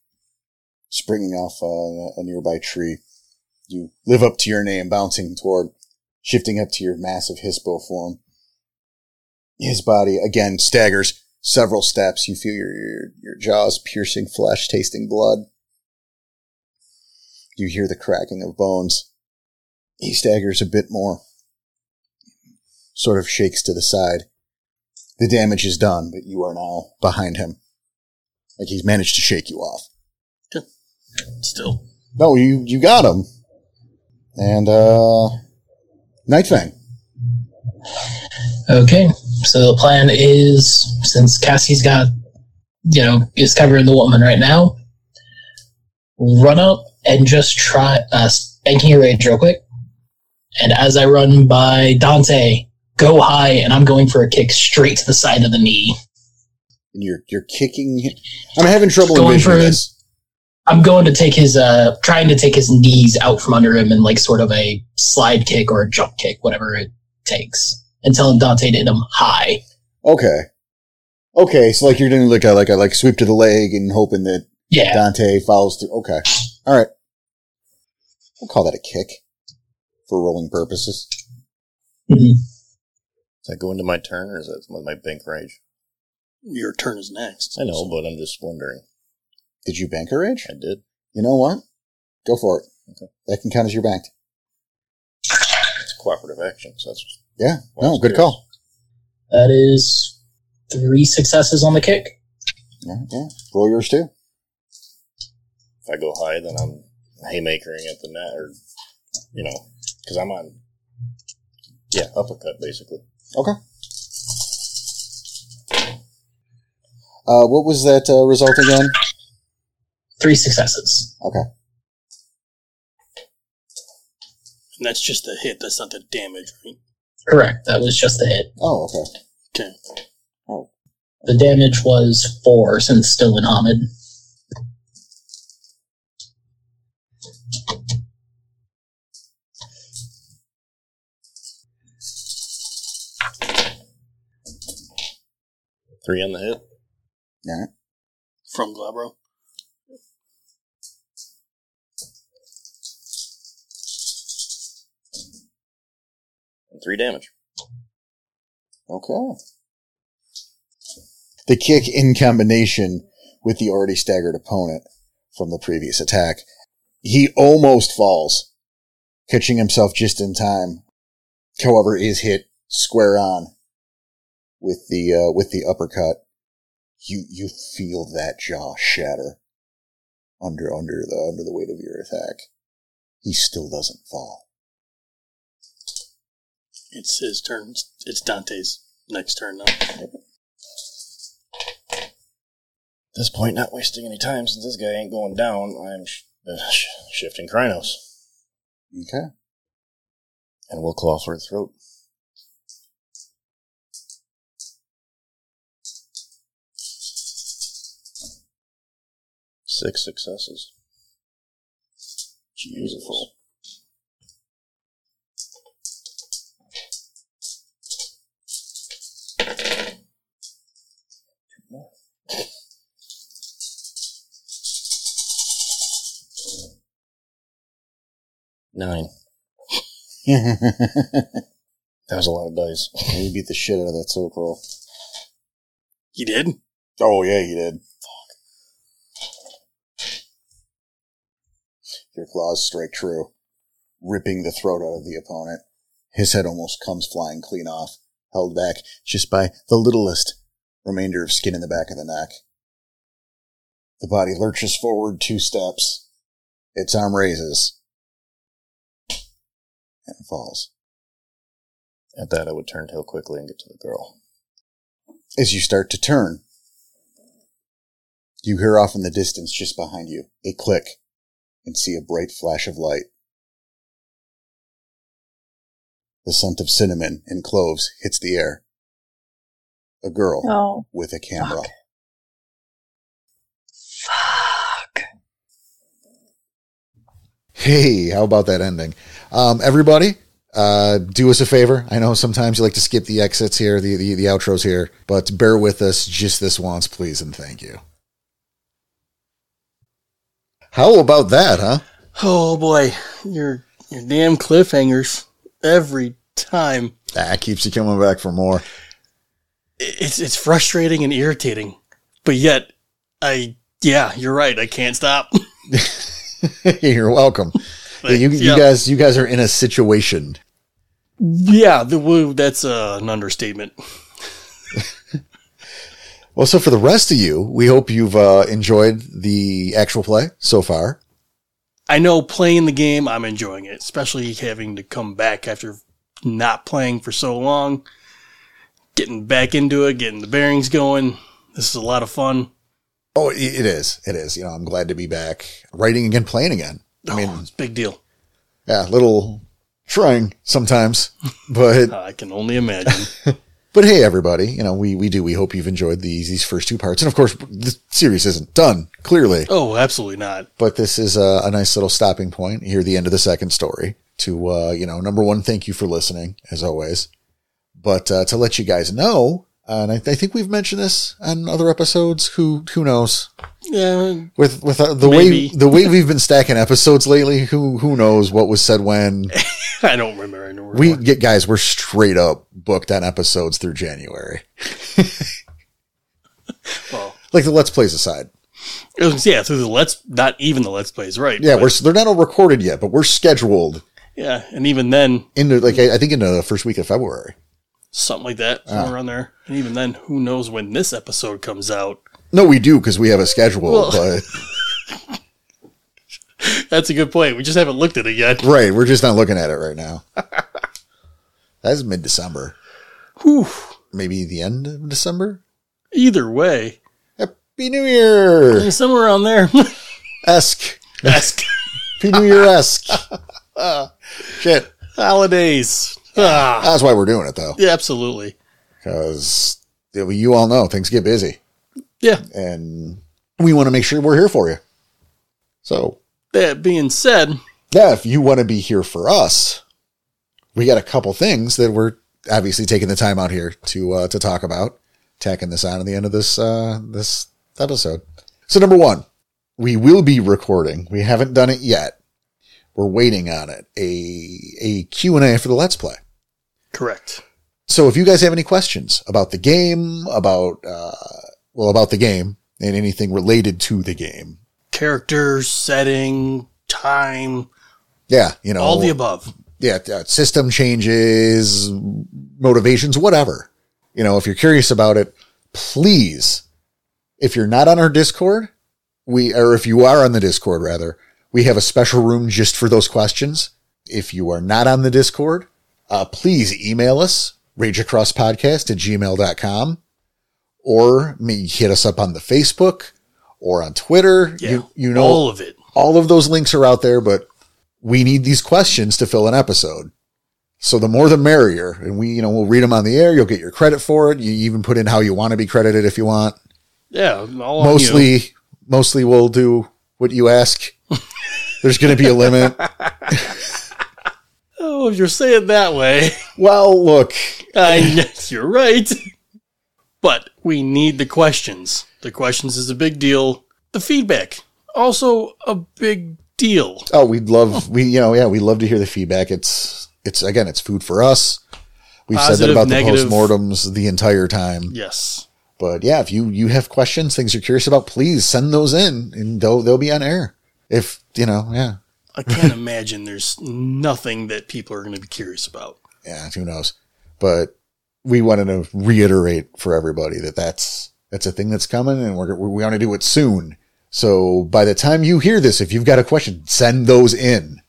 Speaker 1: Springing off uh, a nearby tree, you live up to your name, bouncing toward, shifting up to your massive Hispo form. His body again staggers several steps. You feel your, your, your jaws piercing flesh, tasting blood. You hear the cracking of bones. He staggers a bit more, sort of shakes to the side. The damage is done, but you are now behind him. Like he's managed to shake you off.
Speaker 2: Still.
Speaker 1: No, you you got him. And uh Nightfang.
Speaker 3: Okay, so the plan is since Cassie's got, you know, is covering the woman right now, run up and just try uh, spanking your rage real quick. And as I run by Dante, go high, and I'm going for a kick straight to the side of the knee.
Speaker 1: And you're you're kicking him. I'm having trouble
Speaker 3: Going
Speaker 1: envisioning
Speaker 3: for it.
Speaker 1: this.
Speaker 3: I'm going to take his, uh, trying to take his knees out from under him and like sort of a slide kick or a jump kick, whatever it takes, and telling Dante to hit him high.
Speaker 1: Okay. Okay, so like you're doing like a like a like sweep to the leg and hoping that
Speaker 3: Yeah.
Speaker 1: Dante follows through. Okay. Alright. We'll call that a kick. For rolling purposes.
Speaker 3: Mhm.
Speaker 5: Does that go into my turn or is that with my bank rage?
Speaker 2: Your turn is next.
Speaker 5: I know, but I'm just wondering.
Speaker 1: Did you bank a rage?
Speaker 5: I did.
Speaker 1: You know what? Go for it. That can count as your banked.
Speaker 5: It's a cooperative action, so that's
Speaker 1: Yeah.
Speaker 5: Well,
Speaker 1: no,
Speaker 5: it's
Speaker 1: good
Speaker 5: good.
Speaker 1: call.
Speaker 3: That is three successes on the kick.
Speaker 1: Yeah, yeah. Roll yours too.
Speaker 5: if I go high, then I'm haymakering at the net or, you know, because I'm on, yeah, uppercut basically.
Speaker 1: Okay. Uh, what was that uh, result again?
Speaker 3: Three successes.
Speaker 1: Okay.
Speaker 2: And that's just the hit, that's not the damage, right?
Speaker 3: Correct. That was just a hit.
Speaker 1: Oh, okay.
Speaker 2: Okay.
Speaker 3: The damage was four since still in Hamid.
Speaker 5: Three on the hit.
Speaker 8: from Glabro.
Speaker 5: and Three damage.
Speaker 7: Okay. The kick in combination with the already staggered opponent from the previous attack. He almost falls, catching himself just in time. However, is hit square on with the uh, with the uppercut. You you feel that jaw shatter under under the under the weight of your attack. He still doesn't fall.
Speaker 8: It's his turn. It's Dante's next turn now.
Speaker 5: At this point, not wasting any time since this guy ain't going down. I'm sh- uh, sh- shifting Krynos,
Speaker 7: Okay.
Speaker 5: and we'll claw for the throat. Six successes. Beautiful. Nine.
Speaker 7: you
Speaker 5: That was a lot of dice.
Speaker 7: beat the shit out of that soak roll.
Speaker 8: He did.
Speaker 7: Oh yeah, he did. Your claws strike true, ripping the throat out of the opponent. His head almost comes flying clean off, held back just by the littlest remainder of skin in the back of the neck. The body lurches forward two steps. Its arm raises and falls.
Speaker 5: At that, I would turn tail quickly and get to the girl.
Speaker 7: As you start to turn, you hear off in the distance just behind you a click and see a bright flash of light. The scent of cinnamon and cloves hits the air. A girl
Speaker 1: Oh,
Speaker 7: with a camera.
Speaker 1: fuck.
Speaker 7: Hey, how about that ending? Um, everybody, uh, do us a favor. I know sometimes you like to skip the exits here, the, the, the outros here, but bear with us just this once, please, and thank you. How about that, huh?
Speaker 8: Oh boy, your your damn cliffhangers every time.
Speaker 7: That keeps you coming back for more.
Speaker 8: It's it's frustrating and irritating, but yet I yeah you're right. I can't stop.
Speaker 7: You're welcome. Yeah, you, you
Speaker 8: Yeah.
Speaker 7: guys, you guys are in a situation.
Speaker 8: Yeah, the woo. That's uh, an understatement.
Speaker 7: Well, so for the rest of you, we hope you've uh, enjoyed the actual play so far.
Speaker 8: I know playing the game, I'm enjoying it, especially having to come back after not playing for so long, getting back into it, getting the bearings going. This is a lot of fun.
Speaker 7: Oh, i- it is. It is. You know, I'm glad to be back writing again, playing again. I mean,
Speaker 8: it's a big deal.
Speaker 7: yeah, a little trying sometimes, but
Speaker 8: I can only imagine.
Speaker 7: But hey, everybody, you know, we, we do. We hope you've enjoyed these, these first two parts. And of course, the series isn't done, clearly.
Speaker 8: oh, absolutely not.
Speaker 7: But this is a, a nice little stopping point here, the end of the second story. To, uh, you know, number one, thank you for listening, as always. But uh, to let you guys know, and I, I think we've mentioned this on other episodes. Who who knows?
Speaker 8: Yeah,
Speaker 7: With with uh, the
Speaker 8: Maybe.
Speaker 7: way the way we've been stacking episodes lately, who who knows what was said when?
Speaker 8: I don't remember anymore.
Speaker 7: We get guys, we're straight up booked on episodes through January.
Speaker 8: well,
Speaker 7: Like the let's plays aside.
Speaker 8: it was, yeah, through the let's not even the let's plays, right?
Speaker 7: Yeah,
Speaker 8: but-
Speaker 7: we're they're not all recorded yet, but we're scheduled
Speaker 8: yeah, and even then
Speaker 7: into like I, I think into the first week of February.
Speaker 8: something like that somewhere on there, and even then, who knows when this episode comes out?
Speaker 7: No, we do because we have a schedule,
Speaker 8: Well-
Speaker 7: but
Speaker 8: That's a good point. We just haven't looked at it yet.
Speaker 7: right, we're just not looking at it right now. That's mid December,
Speaker 8: Whew.
Speaker 7: maybe the end of December.
Speaker 8: Either way,
Speaker 7: Happy New Year
Speaker 8: somewhere around there.
Speaker 7: esque.
Speaker 8: Ask
Speaker 7: Happy New Year esque. Shit,
Speaker 8: holidays. Ah,
Speaker 7: that's why we're doing it though,
Speaker 8: yeah, absolutely.
Speaker 7: because you all know things get busy,
Speaker 8: Yeah.
Speaker 7: and we want to make sure we're here for you. So
Speaker 8: That being said,
Speaker 7: yeah, if you want to be here for us, we got a couple things that we're obviously taking the time out here to uh, to talk about. tacking this on at the end of this uh, this episode. So number one, we will be recording. We haven't done it yet. We're waiting on it. A a Q and A for the Let's Play.
Speaker 8: Correct.
Speaker 7: So if you guys have any questions about the game, about uh, well, about the game and anything related to the game,
Speaker 8: Character, setting, time,
Speaker 7: yeah, you know,
Speaker 8: all the above.
Speaker 7: yeah, uh, system changes, motivations, whatever. You know, if you're curious about it, please, if you're not on our Discord, we, or if you are on the Discord rather, we have a special room just for those questions. If you are not on the Discord, uh, please email us, rageacrosspodcast at gmail.com, or me, hit us up on the Facebook or on Twitter.
Speaker 8: Yeah,
Speaker 7: You, you know,
Speaker 8: all of it.
Speaker 7: all of those links are out there, but we need these questions to fill an episode. So the more the merrier. And we, you know, we'll read them on the air. You'll get your credit for it. You even put in how you want to be credited if you want.
Speaker 8: Yeah, all on you.
Speaker 7: mostly, mostly we'll do what you ask. There's going to be a limit.
Speaker 8: Oh, if you're saying that way,
Speaker 7: Well, look,
Speaker 8: I guess Uh, you're right. But we need the questions. The questions is a big deal. The feedback also a big deal.
Speaker 7: oh, we'd love, we, you know, yeah, we love to hear the feedback. It's, it's again, it's food for us. We've said that
Speaker 8: Positive,
Speaker 7: about
Speaker 8: negative.
Speaker 7: the postmortems the entire time.
Speaker 8: Yes,
Speaker 7: But yeah, if you you have questions, things you're curious about, please send those in, and they'll they'll be on air. If you know, yeah,
Speaker 8: I can't imagine there's nothing that people are going to be curious about.
Speaker 7: yeah, who knows? But we wanted to reiterate for everybody that that's that's a thing that's coming, and we're we want to do it soon. So by the time you hear this, if you've got a question, send those in.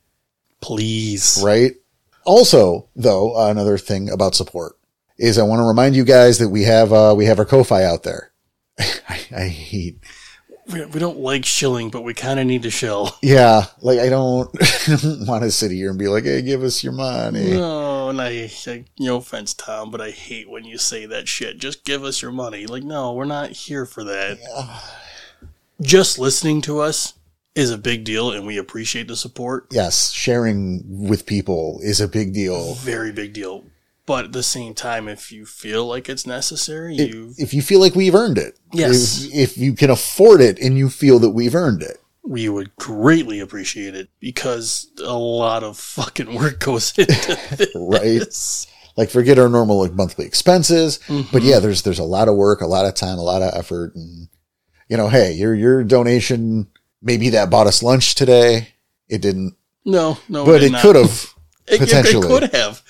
Speaker 8: Please,
Speaker 7: right? Also, though, another thing about support is I want to remind you guys that we have uh, we have our Ko-fi out there. I, I hate
Speaker 8: we, we don't like shilling, but we kind of need to shill.
Speaker 7: Yeah, like I don't, I don't want to sit here and be like, "Hey, give us your money."
Speaker 8: No, Oh, and I, I, no offense, Tom, but I hate when you say that shit. Just give us your money. Like, no, we're not here for that. Just listening to us is a big deal, and we appreciate the support.
Speaker 7: Yes, sharing with people is a big deal.
Speaker 8: Very big deal. But at the same time, if you feel like it's necessary,
Speaker 7: If,
Speaker 8: you
Speaker 7: if you feel like we've earned it,
Speaker 8: Yes.
Speaker 7: If, if you can afford it and you feel that we've earned it,
Speaker 8: we would greatly appreciate it because a lot of fucking work goes into
Speaker 7: right?
Speaker 8: this.
Speaker 7: like forget our normal like monthly expenses,
Speaker 8: Mm-hmm.
Speaker 7: but yeah, there's there's a lot of work, a lot of time, a lot of effort, and you know, hey, your your donation maybe that bought us lunch today. It didn't,
Speaker 8: No, no,
Speaker 7: but
Speaker 8: we're
Speaker 7: it
Speaker 8: Oh, not.
Speaker 7: could have.
Speaker 8: It-
Speaker 7: potentially.
Speaker 8: It could have.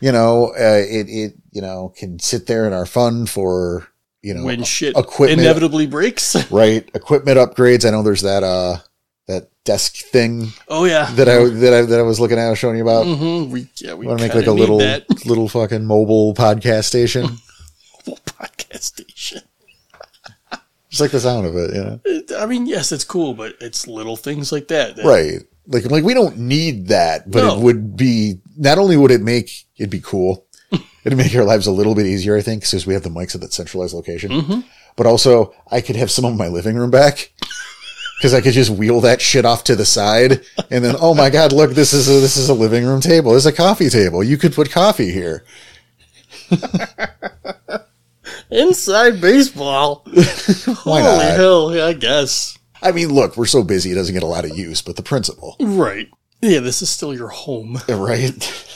Speaker 7: you know, uh, it it you know can sit there in our fund for you know
Speaker 8: when shit
Speaker 7: equipment
Speaker 8: inevitably breaks.
Speaker 7: right equipment upgrades. I know there's that uh that desk thing
Speaker 8: Oh yeah,
Speaker 7: that I that I that I was looking at I was showing you about.
Speaker 8: hmm We yeah we
Speaker 7: want to make
Speaker 8: kinda
Speaker 7: like a
Speaker 8: need
Speaker 7: little
Speaker 8: that
Speaker 7: little fucking mobile podcast station.
Speaker 8: for podcast station.
Speaker 7: Just like the sound of it, you know.
Speaker 8: It- I mean, yes, it's cool, but it's little things like that. that
Speaker 7: Right. Like like we don't need that, but
Speaker 8: No.
Speaker 7: it would be not only would it make it'd be cool. It'd make our lives a little bit easier, I think, since we have the mics at that centralized location. But also, I could have some of my living room back because I could just wheel that shit off to the side, and then oh my god, look, this is a, this is a living room table. This is a coffee table. You could put coffee here.
Speaker 8: Inside baseball.
Speaker 7: Why
Speaker 8: Holy
Speaker 7: not?
Speaker 8: hell! Yeah, I guess.
Speaker 7: I mean, look, we're so busy; it doesn't get a lot of use, but the principle,
Speaker 8: Right. Yeah, this is still your home.
Speaker 7: right?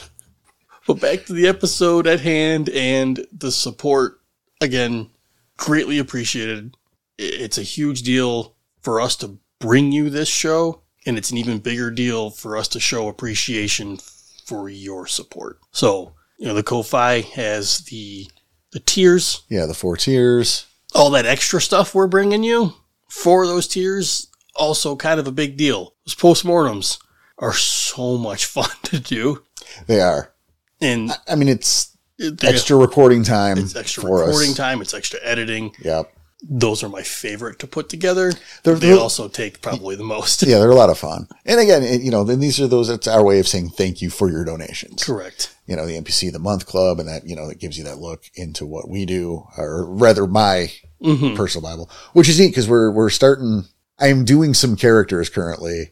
Speaker 8: But back to the episode at hand and the support. Again, greatly appreciated. I- It's a huge deal for us to bring you this show, and it's an even bigger deal for us to show appreciation for your support. So, you know, the Ko-Fi has the the tiers,
Speaker 7: Yeah, the four tiers.
Speaker 8: all that extra stuff we're bringing you for those tiers. Also, kind of a big deal. Those postmortems are so much fun to do,
Speaker 7: They are.
Speaker 8: and
Speaker 7: I mean, it's
Speaker 8: they're-
Speaker 7: extra recording time.
Speaker 8: It's extra
Speaker 7: for
Speaker 8: recording
Speaker 7: us.
Speaker 8: time. It's extra editing.
Speaker 7: Yep.
Speaker 8: Those are my favorite to put together.
Speaker 7: They're-
Speaker 8: they
Speaker 7: they're-
Speaker 8: also take probably the most.
Speaker 7: yeah, they're a lot of fun. And again, it, you know, then these are those. It's our way of saying thank you for your donations.
Speaker 8: Correct.
Speaker 7: You know, the NPC of the Month Club, and that you know that gives you that look into what we do, or rather, my
Speaker 8: hmm
Speaker 7: personal Bible, which is neat because we're we're starting. I am doing some characters currently,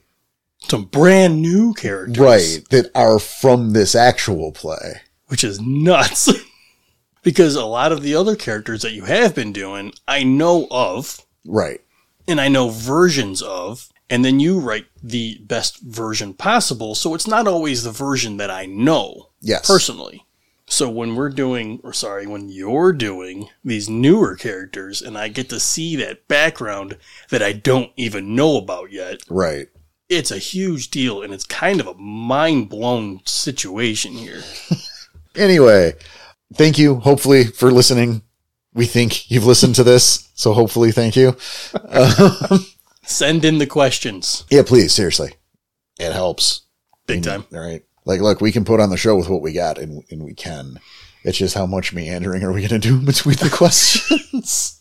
Speaker 8: Some brand new characters,
Speaker 7: right? That are from this actual play.
Speaker 8: Which is nuts. Because a lot of the other characters that you have been doing, I know of,
Speaker 7: Right.
Speaker 8: and I know versions of, and then you write the best version possible. So it's not always the version that I know
Speaker 7: Yes.
Speaker 8: personally. So when we're doing, or sorry, when you're doing these newer characters and I get to see that background that I don't even know about yet,
Speaker 7: Right.
Speaker 8: it's a huge deal and it's kind of a mind blown situation here.
Speaker 7: Anyway, thank you, hopefully, for listening. We think you've listened to this, so hopefully, thank you. Um,
Speaker 8: Send in the questions.
Speaker 7: yeah, please, seriously. It helps.
Speaker 8: Big
Speaker 7: You know,
Speaker 8: time.
Speaker 7: Right. Like, look, we can put on the show with what we got, and, and we can. It's just how much meandering are we going to do between the questions?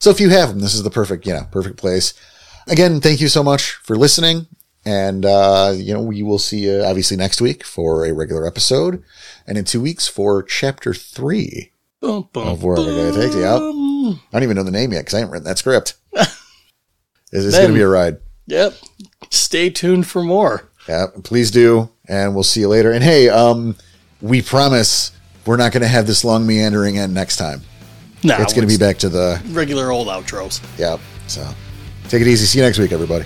Speaker 7: so if you have them, this is the perfect, you know, perfect place. Again, thank you so much for listening. And, uh, you know, we will see you obviously next week for a regular episode and in two weeks for chapter three.
Speaker 8: Boom, boom.
Speaker 7: Of where am I gonna take you out?
Speaker 8: Mm,
Speaker 7: I don't even know the name yet because I haven't written that script. it's it's
Speaker 8: Then-
Speaker 7: going to be a ride.
Speaker 8: Yep. Stay tuned for more.
Speaker 7: Yeah, please do, and we'll see you later. And hey, um, we promise we're not going to have this long meandering end next time.
Speaker 8: Nah,
Speaker 7: it's going to be back to the
Speaker 8: regular old outros.
Speaker 7: yeah. So take it easy. See you next week, everybody.